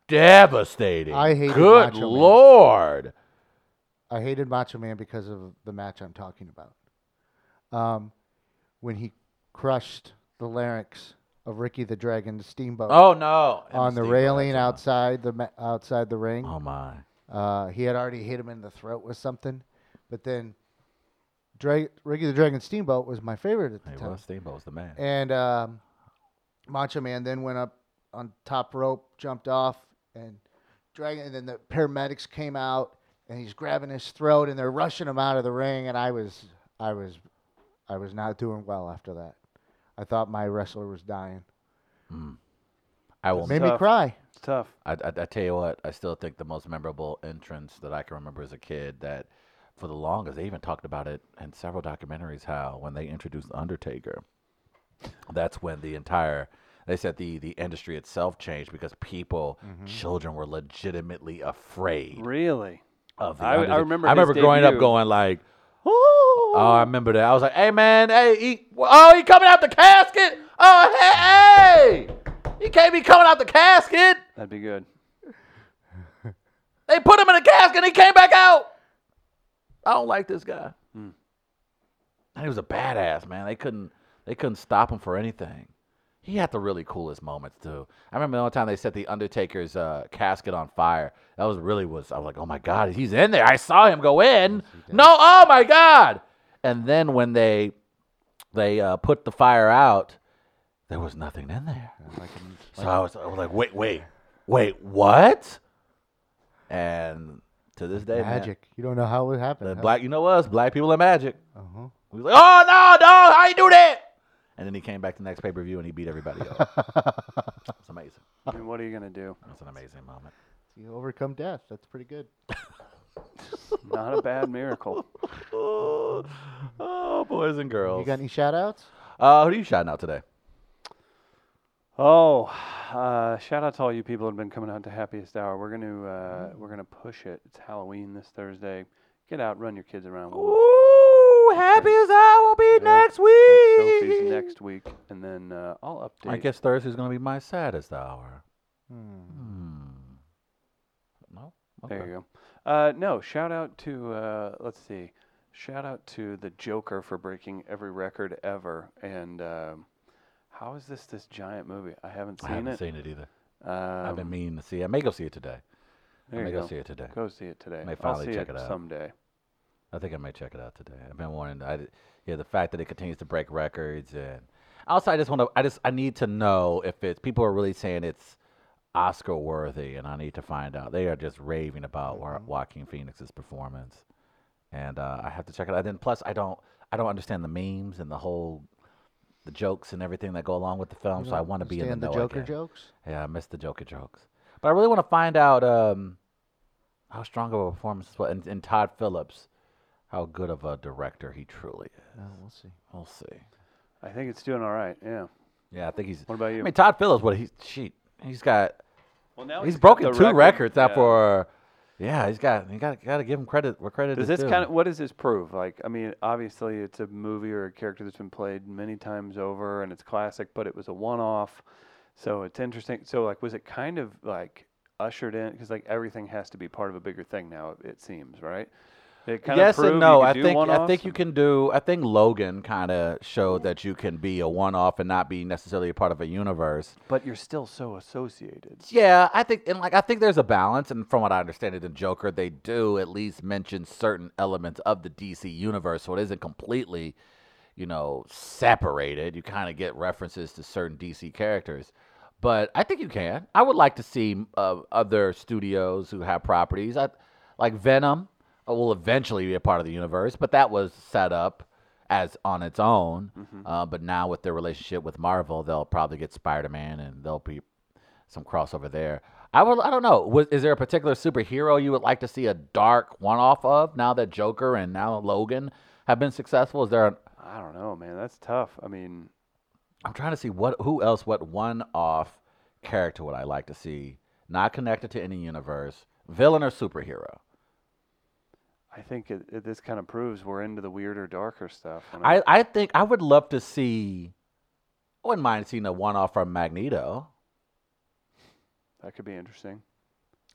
[SPEAKER 3] devastating.
[SPEAKER 2] I hated
[SPEAKER 3] Good
[SPEAKER 2] Macho Man.
[SPEAKER 3] lord.
[SPEAKER 2] I hated Macho Man because of the match I'm talking about. Um, when he crushed the larynx of Ricky the Dragon Steamboat
[SPEAKER 3] Oh no! And
[SPEAKER 2] on the
[SPEAKER 3] Steve
[SPEAKER 2] railing
[SPEAKER 3] Blackman.
[SPEAKER 2] outside the ma- outside the ring.
[SPEAKER 3] Oh my!
[SPEAKER 2] Uh, he had already hit him in the throat with something, but then Dra- Ricky the Dragon Steamboat was my favorite at the
[SPEAKER 3] Hey,
[SPEAKER 2] time.
[SPEAKER 3] Russ Steamboat was the man.
[SPEAKER 2] And um, Macho Man then went up on top rope, jumped off, and dragging. And then the paramedics came out, and he's grabbing his throat, and they're rushing him out of the ring. And I was, I was, I was not doing well after that. I thought my wrestler was dying.
[SPEAKER 3] I will
[SPEAKER 2] Made me
[SPEAKER 1] Tough.
[SPEAKER 2] cry.
[SPEAKER 1] It's tough.
[SPEAKER 3] I, I, I tell you what, I still think the most memorable entrance that I can remember as a kid that for the longest, they even talked about it in several documentaries how when they introduced The Undertaker, that's when the entire, they said the, the industry itself changed because people,
[SPEAKER 1] Mm-hmm.
[SPEAKER 3] children were legitimately afraid
[SPEAKER 1] Really?
[SPEAKER 3] of the
[SPEAKER 1] I- I
[SPEAKER 3] Undertaker.
[SPEAKER 1] remember
[SPEAKER 3] I
[SPEAKER 1] his
[SPEAKER 3] remember growing up
[SPEAKER 1] debut.
[SPEAKER 3] going like, oh, I remember that. I was like, hey man, hey, he, oh, he coming out the casket. Oh, hey, hey, he can't be coming out the casket.
[SPEAKER 1] That'd be good.
[SPEAKER 3] They put him in a casket and he came back out. I don't like this guy. And he was a badass, man. They couldn't they couldn't stop him for anything. He had the really coolest moments too. I remember the only time they set the Undertaker's uh, casket on fire. That was really was I was like, oh my god, he's in there. I saw him go in. No, oh my god. And then when they they uh, put the fire out, there was nothing in there. So I was, I was like, wait, wait, wait, what? And to this day, man,
[SPEAKER 2] Magic. You don't know how it happened.
[SPEAKER 3] the
[SPEAKER 2] huh?
[SPEAKER 3] black, you know us, black people are magic.
[SPEAKER 2] Uh-huh.
[SPEAKER 3] We was like, oh no, no, how you do that? And then he came back the next pay per view and he beat everybody up. it's amazing.
[SPEAKER 1] I mean, what are you gonna do?
[SPEAKER 3] It's an amazing moment.
[SPEAKER 2] You overcome death. That's pretty good.
[SPEAKER 1] Not a bad miracle.
[SPEAKER 3] Oh, oh, boys and
[SPEAKER 2] You
[SPEAKER 3] girls.
[SPEAKER 2] got any shout outs?
[SPEAKER 3] Uh, who are you shouting out today?
[SPEAKER 1] Oh, uh, shout out to all you people who've been coming out to Happiest Hour. We're gonna uh,
[SPEAKER 3] Mm.
[SPEAKER 1] we're gonna push it. It's Halloween this Thursday. Get out, run your kids around. We'll
[SPEAKER 3] Ooh, happy as I will be
[SPEAKER 1] Yeah, that's
[SPEAKER 3] next
[SPEAKER 1] Sophie's
[SPEAKER 3] week.
[SPEAKER 1] next week, and then uh, I'll update.
[SPEAKER 3] I guess Thursday's gonna be my saddest hour.
[SPEAKER 2] Hmm.
[SPEAKER 3] Hmm. No.
[SPEAKER 1] There you go. Uh, no, shout out to uh, let's see, Shout out to the Joker for breaking every record ever. And um, how is this this giant movie? I haven't seen
[SPEAKER 3] I haven't
[SPEAKER 1] it.
[SPEAKER 3] seen it either.
[SPEAKER 1] Um,
[SPEAKER 3] I've been meaning to see it. I may go see it today.
[SPEAKER 1] there
[SPEAKER 3] I may
[SPEAKER 1] you
[SPEAKER 3] go see it today.
[SPEAKER 1] Go see it today.
[SPEAKER 3] May
[SPEAKER 1] I'll
[SPEAKER 3] finally
[SPEAKER 1] see
[SPEAKER 3] check
[SPEAKER 1] it,
[SPEAKER 3] it out.
[SPEAKER 1] someday.
[SPEAKER 3] I think I may check it out today. I've been wanting. I, yeah, the fact that it continues to break records, and also I just want to. I just I need to know if it's people are really saying it's Oscar worthy, and I need to find out. They are just raving about Wa-
[SPEAKER 2] Mm-hmm.
[SPEAKER 3] Joaquin Phoenix's performance, and uh, I have to check it out. And plus, I don't. I don't understand the memes and the whole, the jokes and everything that go along with the film. So I want to be in the,
[SPEAKER 2] Understand
[SPEAKER 3] know
[SPEAKER 2] Joker
[SPEAKER 3] again.
[SPEAKER 2] jokes.
[SPEAKER 3] Yeah, I missed the Joker jokes. But I really want to find out um, how strong of a performance this was. And, and Todd Phillips, how good of a director he truly is.
[SPEAKER 2] No, we'll Oh, see.
[SPEAKER 3] We'll see.
[SPEAKER 1] I think it's doing all right. Yeah.
[SPEAKER 3] Yeah, I think he's.
[SPEAKER 1] What about
[SPEAKER 3] I
[SPEAKER 1] you?
[SPEAKER 3] mean, Todd Phillips, what he, she, he's got.
[SPEAKER 1] Well, now
[SPEAKER 3] He's
[SPEAKER 1] Oh, got
[SPEAKER 3] broken
[SPEAKER 1] the
[SPEAKER 3] two
[SPEAKER 1] record.
[SPEAKER 3] records now
[SPEAKER 1] Yeah.
[SPEAKER 3] for. Yeah, he's got. You got got to give him credit where credit
[SPEAKER 1] Does
[SPEAKER 3] is
[SPEAKER 1] this
[SPEAKER 3] due.
[SPEAKER 1] kind of what does this prove? Like, I mean, obviously it's a movie or a character that's been played many times over, and it's classic, but it was a one-off, so it's interesting. So, like, was it kind of like ushered in? Because like everything has to be part of a bigger thing now. It, it seems right. It kind
[SPEAKER 3] yes
[SPEAKER 1] of prove
[SPEAKER 3] and no.
[SPEAKER 1] You
[SPEAKER 3] I
[SPEAKER 1] do
[SPEAKER 3] think I
[SPEAKER 1] one-offs
[SPEAKER 3] think you
[SPEAKER 1] and-
[SPEAKER 3] can do. I think Logan kind of showed that you can be a one-off and not be necessarily a part of a universe.
[SPEAKER 1] but you're still so associated.
[SPEAKER 3] Yeah, I think and like I think there's a balance, and from what I understand, it in Joker they do at least mention certain elements of the DC universe, so it isn't completely, you know, separated. You kind of get references to certain DC characters, but I think you can. I would like to see uh, other studios who have properties, I, like Venom, uh, will eventually be a part of the universe, but that was set up as on its own. Uh, but now with their relationship with Marvel, they'll probably get Spider-Man, and they'll be some crossover there. I would, I don't know. Was, is there a particular superhero you would like to see a dark one-off of now that Joker and now Logan have been successful? Is there? An,
[SPEAKER 1] I don't know, man. That's tough. I mean,
[SPEAKER 3] I'm trying to see what who else, what one-off character would I like to see not connected to any universe, villain or superhero?
[SPEAKER 1] I think it, it, this kind of proves we're into the weirder, darker stuff. and
[SPEAKER 3] I, I think I would love to see. I wouldn't mind seeing a one-off from Magneto.
[SPEAKER 1] that could be interesting.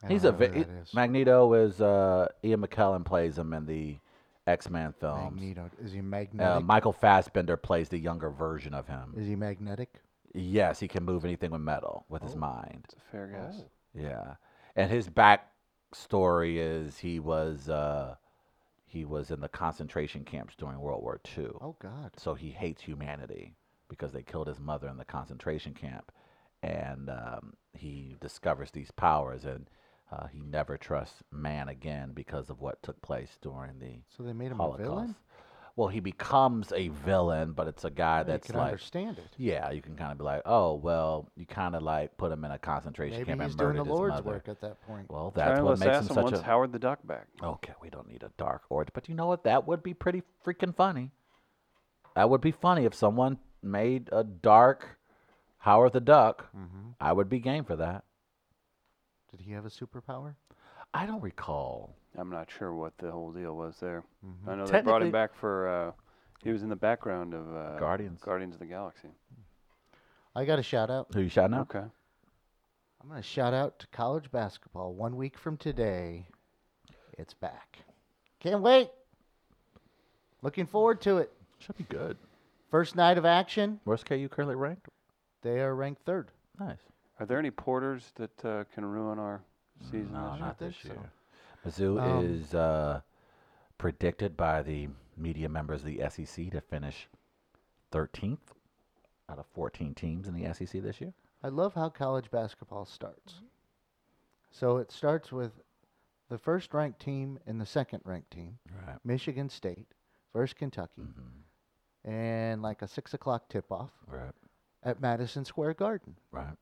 [SPEAKER 2] I
[SPEAKER 3] He's a
[SPEAKER 2] don't know
[SPEAKER 3] vi-
[SPEAKER 2] who that
[SPEAKER 3] he-
[SPEAKER 2] is.
[SPEAKER 3] Magneto is uh, Ian McKellen plays him in the X-Men films.
[SPEAKER 2] Magneto. Is he
[SPEAKER 3] Uh,
[SPEAKER 2] magnetic?
[SPEAKER 3] Michael Fassbender plays the younger version of him.
[SPEAKER 2] is he magnetic?
[SPEAKER 3] Yes, he can move anything with metal with
[SPEAKER 2] Oh.
[SPEAKER 3] his mind.
[SPEAKER 1] It's a fair guess.
[SPEAKER 3] Yeah, and his backstory is he was uh, he was in the concentration camps during World War II.
[SPEAKER 2] Oh God.
[SPEAKER 3] So he hates humanity because they killed his mother in the concentration camp, and um, he discovers these powers and. Uh, he never trusts man again because of what took place during the
[SPEAKER 2] So they made him
[SPEAKER 3] Holocaust.
[SPEAKER 2] a villain.
[SPEAKER 3] Well, he becomes a villain, but it's a guy
[SPEAKER 2] I
[SPEAKER 3] that's
[SPEAKER 2] can
[SPEAKER 3] like
[SPEAKER 2] understand it.
[SPEAKER 3] yeah, you can kind of be like, oh, well, you kind of like put him in a concentration
[SPEAKER 2] Maybe
[SPEAKER 3] camp
[SPEAKER 2] he's
[SPEAKER 3] and
[SPEAKER 2] doing
[SPEAKER 3] murdered
[SPEAKER 2] the
[SPEAKER 3] his
[SPEAKER 2] Lord's
[SPEAKER 3] mother.
[SPEAKER 2] work at that point.
[SPEAKER 3] Well, that's
[SPEAKER 1] Charlie
[SPEAKER 3] what makes him
[SPEAKER 1] Assassin
[SPEAKER 3] such
[SPEAKER 1] wants
[SPEAKER 3] a.
[SPEAKER 1] Howard the Duck back.
[SPEAKER 3] okay, we don't need a dark origin, but you know what? That would be pretty freaking funny. That would be funny if someone made a dark Howard the Duck.
[SPEAKER 2] Mm-hmm.
[SPEAKER 3] I would be game for that.
[SPEAKER 2] Did he have a superpower?
[SPEAKER 3] I don't recall.
[SPEAKER 1] I'm not sure what the whole deal was there. I know they brought
[SPEAKER 3] Technically-
[SPEAKER 1] him back for. Uh, he was in the background of uh,
[SPEAKER 3] Guardians.
[SPEAKER 1] Guardians of the Galaxy.
[SPEAKER 2] I got a shout out.
[SPEAKER 3] Who you shouting out?
[SPEAKER 1] Okay.
[SPEAKER 2] I'm going to shout out to college basketball. One week from today, it's back. Can't wait. Looking forward to it.
[SPEAKER 3] Should be good.
[SPEAKER 2] First night of action,
[SPEAKER 3] Worst KU currently ranked?
[SPEAKER 2] they are ranked third.
[SPEAKER 3] Nice.
[SPEAKER 1] Are there any porters that uh, can ruin our season?
[SPEAKER 3] No,
[SPEAKER 1] this year?
[SPEAKER 3] not this
[SPEAKER 2] think
[SPEAKER 3] year. Mizzou
[SPEAKER 2] Um,
[SPEAKER 3] is uh, predicted by the media members of the SEC to finish 13th out of 14 teams in the SEC this year.
[SPEAKER 2] I love how college basketball starts. So it starts with the first ranked team and the second ranked team,
[SPEAKER 3] Right.
[SPEAKER 2] Michigan State versus Kentucky, and like a six o'clock tip off
[SPEAKER 3] Right.
[SPEAKER 2] at Madison Square Garden,
[SPEAKER 3] Right.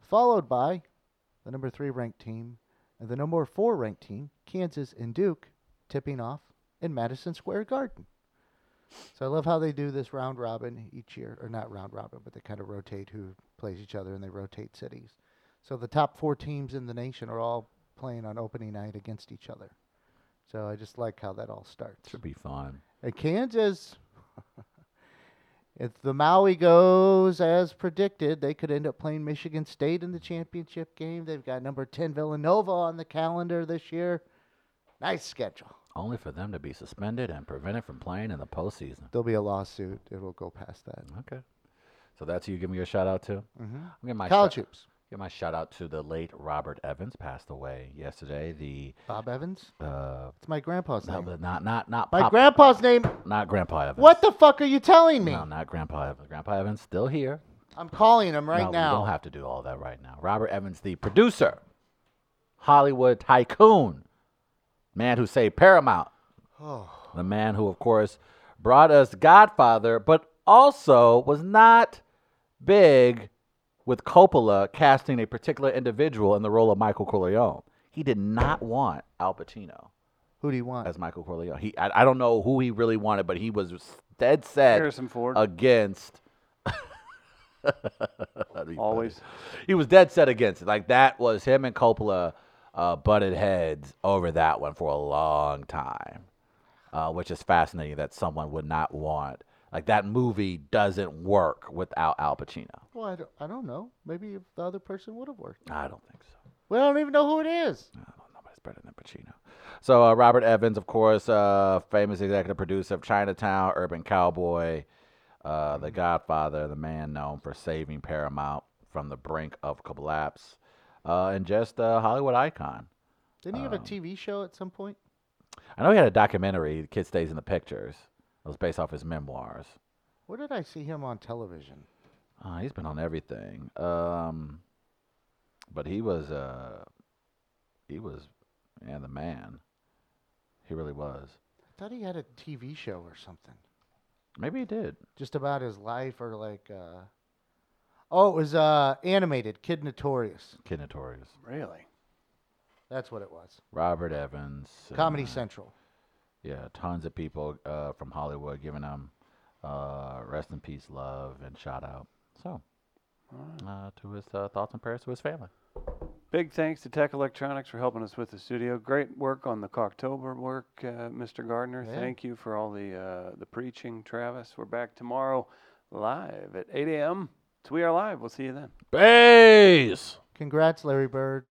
[SPEAKER 2] followed by the number three ranked team and the number four ranked team, Kansas and Duke, tipping off in Madison Square Garden. So I love how they do this round robin each year, or not round robin, but they kind of rotate who plays each other and they rotate cities. So the top four teams in the nation are all playing on opening night against each other. So I just like how that all starts.
[SPEAKER 3] Should be fun.
[SPEAKER 2] And Kansas, if the Maui goes as predicted, they could end up playing Michigan State in the championship game. They've got number 10 Villanova on the calendar this year. Nice schedule.
[SPEAKER 3] only for them to be suspended and prevented from playing in the postseason.
[SPEAKER 2] There'll be a lawsuit. It'll go past that.
[SPEAKER 3] Okay. So that's who you giving your shout out to? Mm-hmm. I'm giving my
[SPEAKER 2] College
[SPEAKER 3] shout-
[SPEAKER 2] hoops.
[SPEAKER 3] give my shout out to the late Robert Evans, passed away yesterday. The
[SPEAKER 2] Bob Evans.
[SPEAKER 3] uh,
[SPEAKER 2] It's my grandpa's
[SPEAKER 3] no,
[SPEAKER 2] name.
[SPEAKER 3] but not not not
[SPEAKER 2] my
[SPEAKER 3] Pop-
[SPEAKER 2] grandpa's name.
[SPEAKER 3] not Grandpa Evans.
[SPEAKER 2] What the fuck are you telling me?
[SPEAKER 3] No, not Grandpa Evans. Grandpa Evans still here.
[SPEAKER 2] I'm calling him right
[SPEAKER 3] no,
[SPEAKER 2] now.
[SPEAKER 3] We don't have to do all that right now. Robert Evans, the producer, Hollywood tycoon, man who saved Paramount, the man who, of course, brought us Godfather, but also was not big with Coppola casting a particular individual in the role of Michael Corleone. He did not want Al Pacino
[SPEAKER 2] Who do you want?
[SPEAKER 3] as Michael Corleone. He, I, I don't know who he really wanted, but he was dead set
[SPEAKER 1] Harrison Ford.
[SPEAKER 3] against. That'd be funny.
[SPEAKER 1] Always.
[SPEAKER 3] he was dead set against it. Like that was him and Coppola uh, butted heads over that one for a long time, uh, which is fascinating that someone would not want. Like that movie doesn't work without Al Pacino.
[SPEAKER 2] well, I don't, I don't know. Maybe if the other person would have worked.
[SPEAKER 3] I don't think so.
[SPEAKER 2] We don't even know who it is.
[SPEAKER 3] I don't know, but it's better than Pacino. So uh, Robert Evans, of course, uh, famous executive producer of Chinatown, Urban Cowboy, uh, The Godfather, the man known for saving Paramount from the brink of collapse, uh, and just a Hollywood icon.
[SPEAKER 2] Didn't he have a
[SPEAKER 3] Um,
[SPEAKER 2] TV show at some point?
[SPEAKER 3] I know he had a documentary, The Kid Stays in the Pictures. It was based off his memoirs.
[SPEAKER 2] Where did I see him on television?
[SPEAKER 3] Uh, he's been on everything. Um, but he was, uh, he was, yeah, the man. He really was.
[SPEAKER 2] I thought he had a TV show or something.
[SPEAKER 3] Maybe he did.
[SPEAKER 2] Just about his life or like uh Oh, it was uh animated, Kid Notorious.
[SPEAKER 3] Kid Notorious.
[SPEAKER 1] Really?
[SPEAKER 2] That's what it was.
[SPEAKER 3] Robert Evans.
[SPEAKER 2] Comedy
[SPEAKER 3] uh,
[SPEAKER 2] Central.
[SPEAKER 3] Yeah, tons of people uh, from Hollywood giving them uh, rest in peace, love, and shout out. So, uh, to his uh, thoughts and prayers to his family.
[SPEAKER 1] Big thanks to Tech Electronics for helping us with the studio. Great work on the Cocktober work, uh, Mr. Gardner.
[SPEAKER 2] Yeah.
[SPEAKER 1] Thank you for all the uh, the preaching, Travis. We're back tomorrow live at 8 a.m. It's We Are Live. We'll see you then.
[SPEAKER 3] Base!
[SPEAKER 2] Congrats, Larry Bird.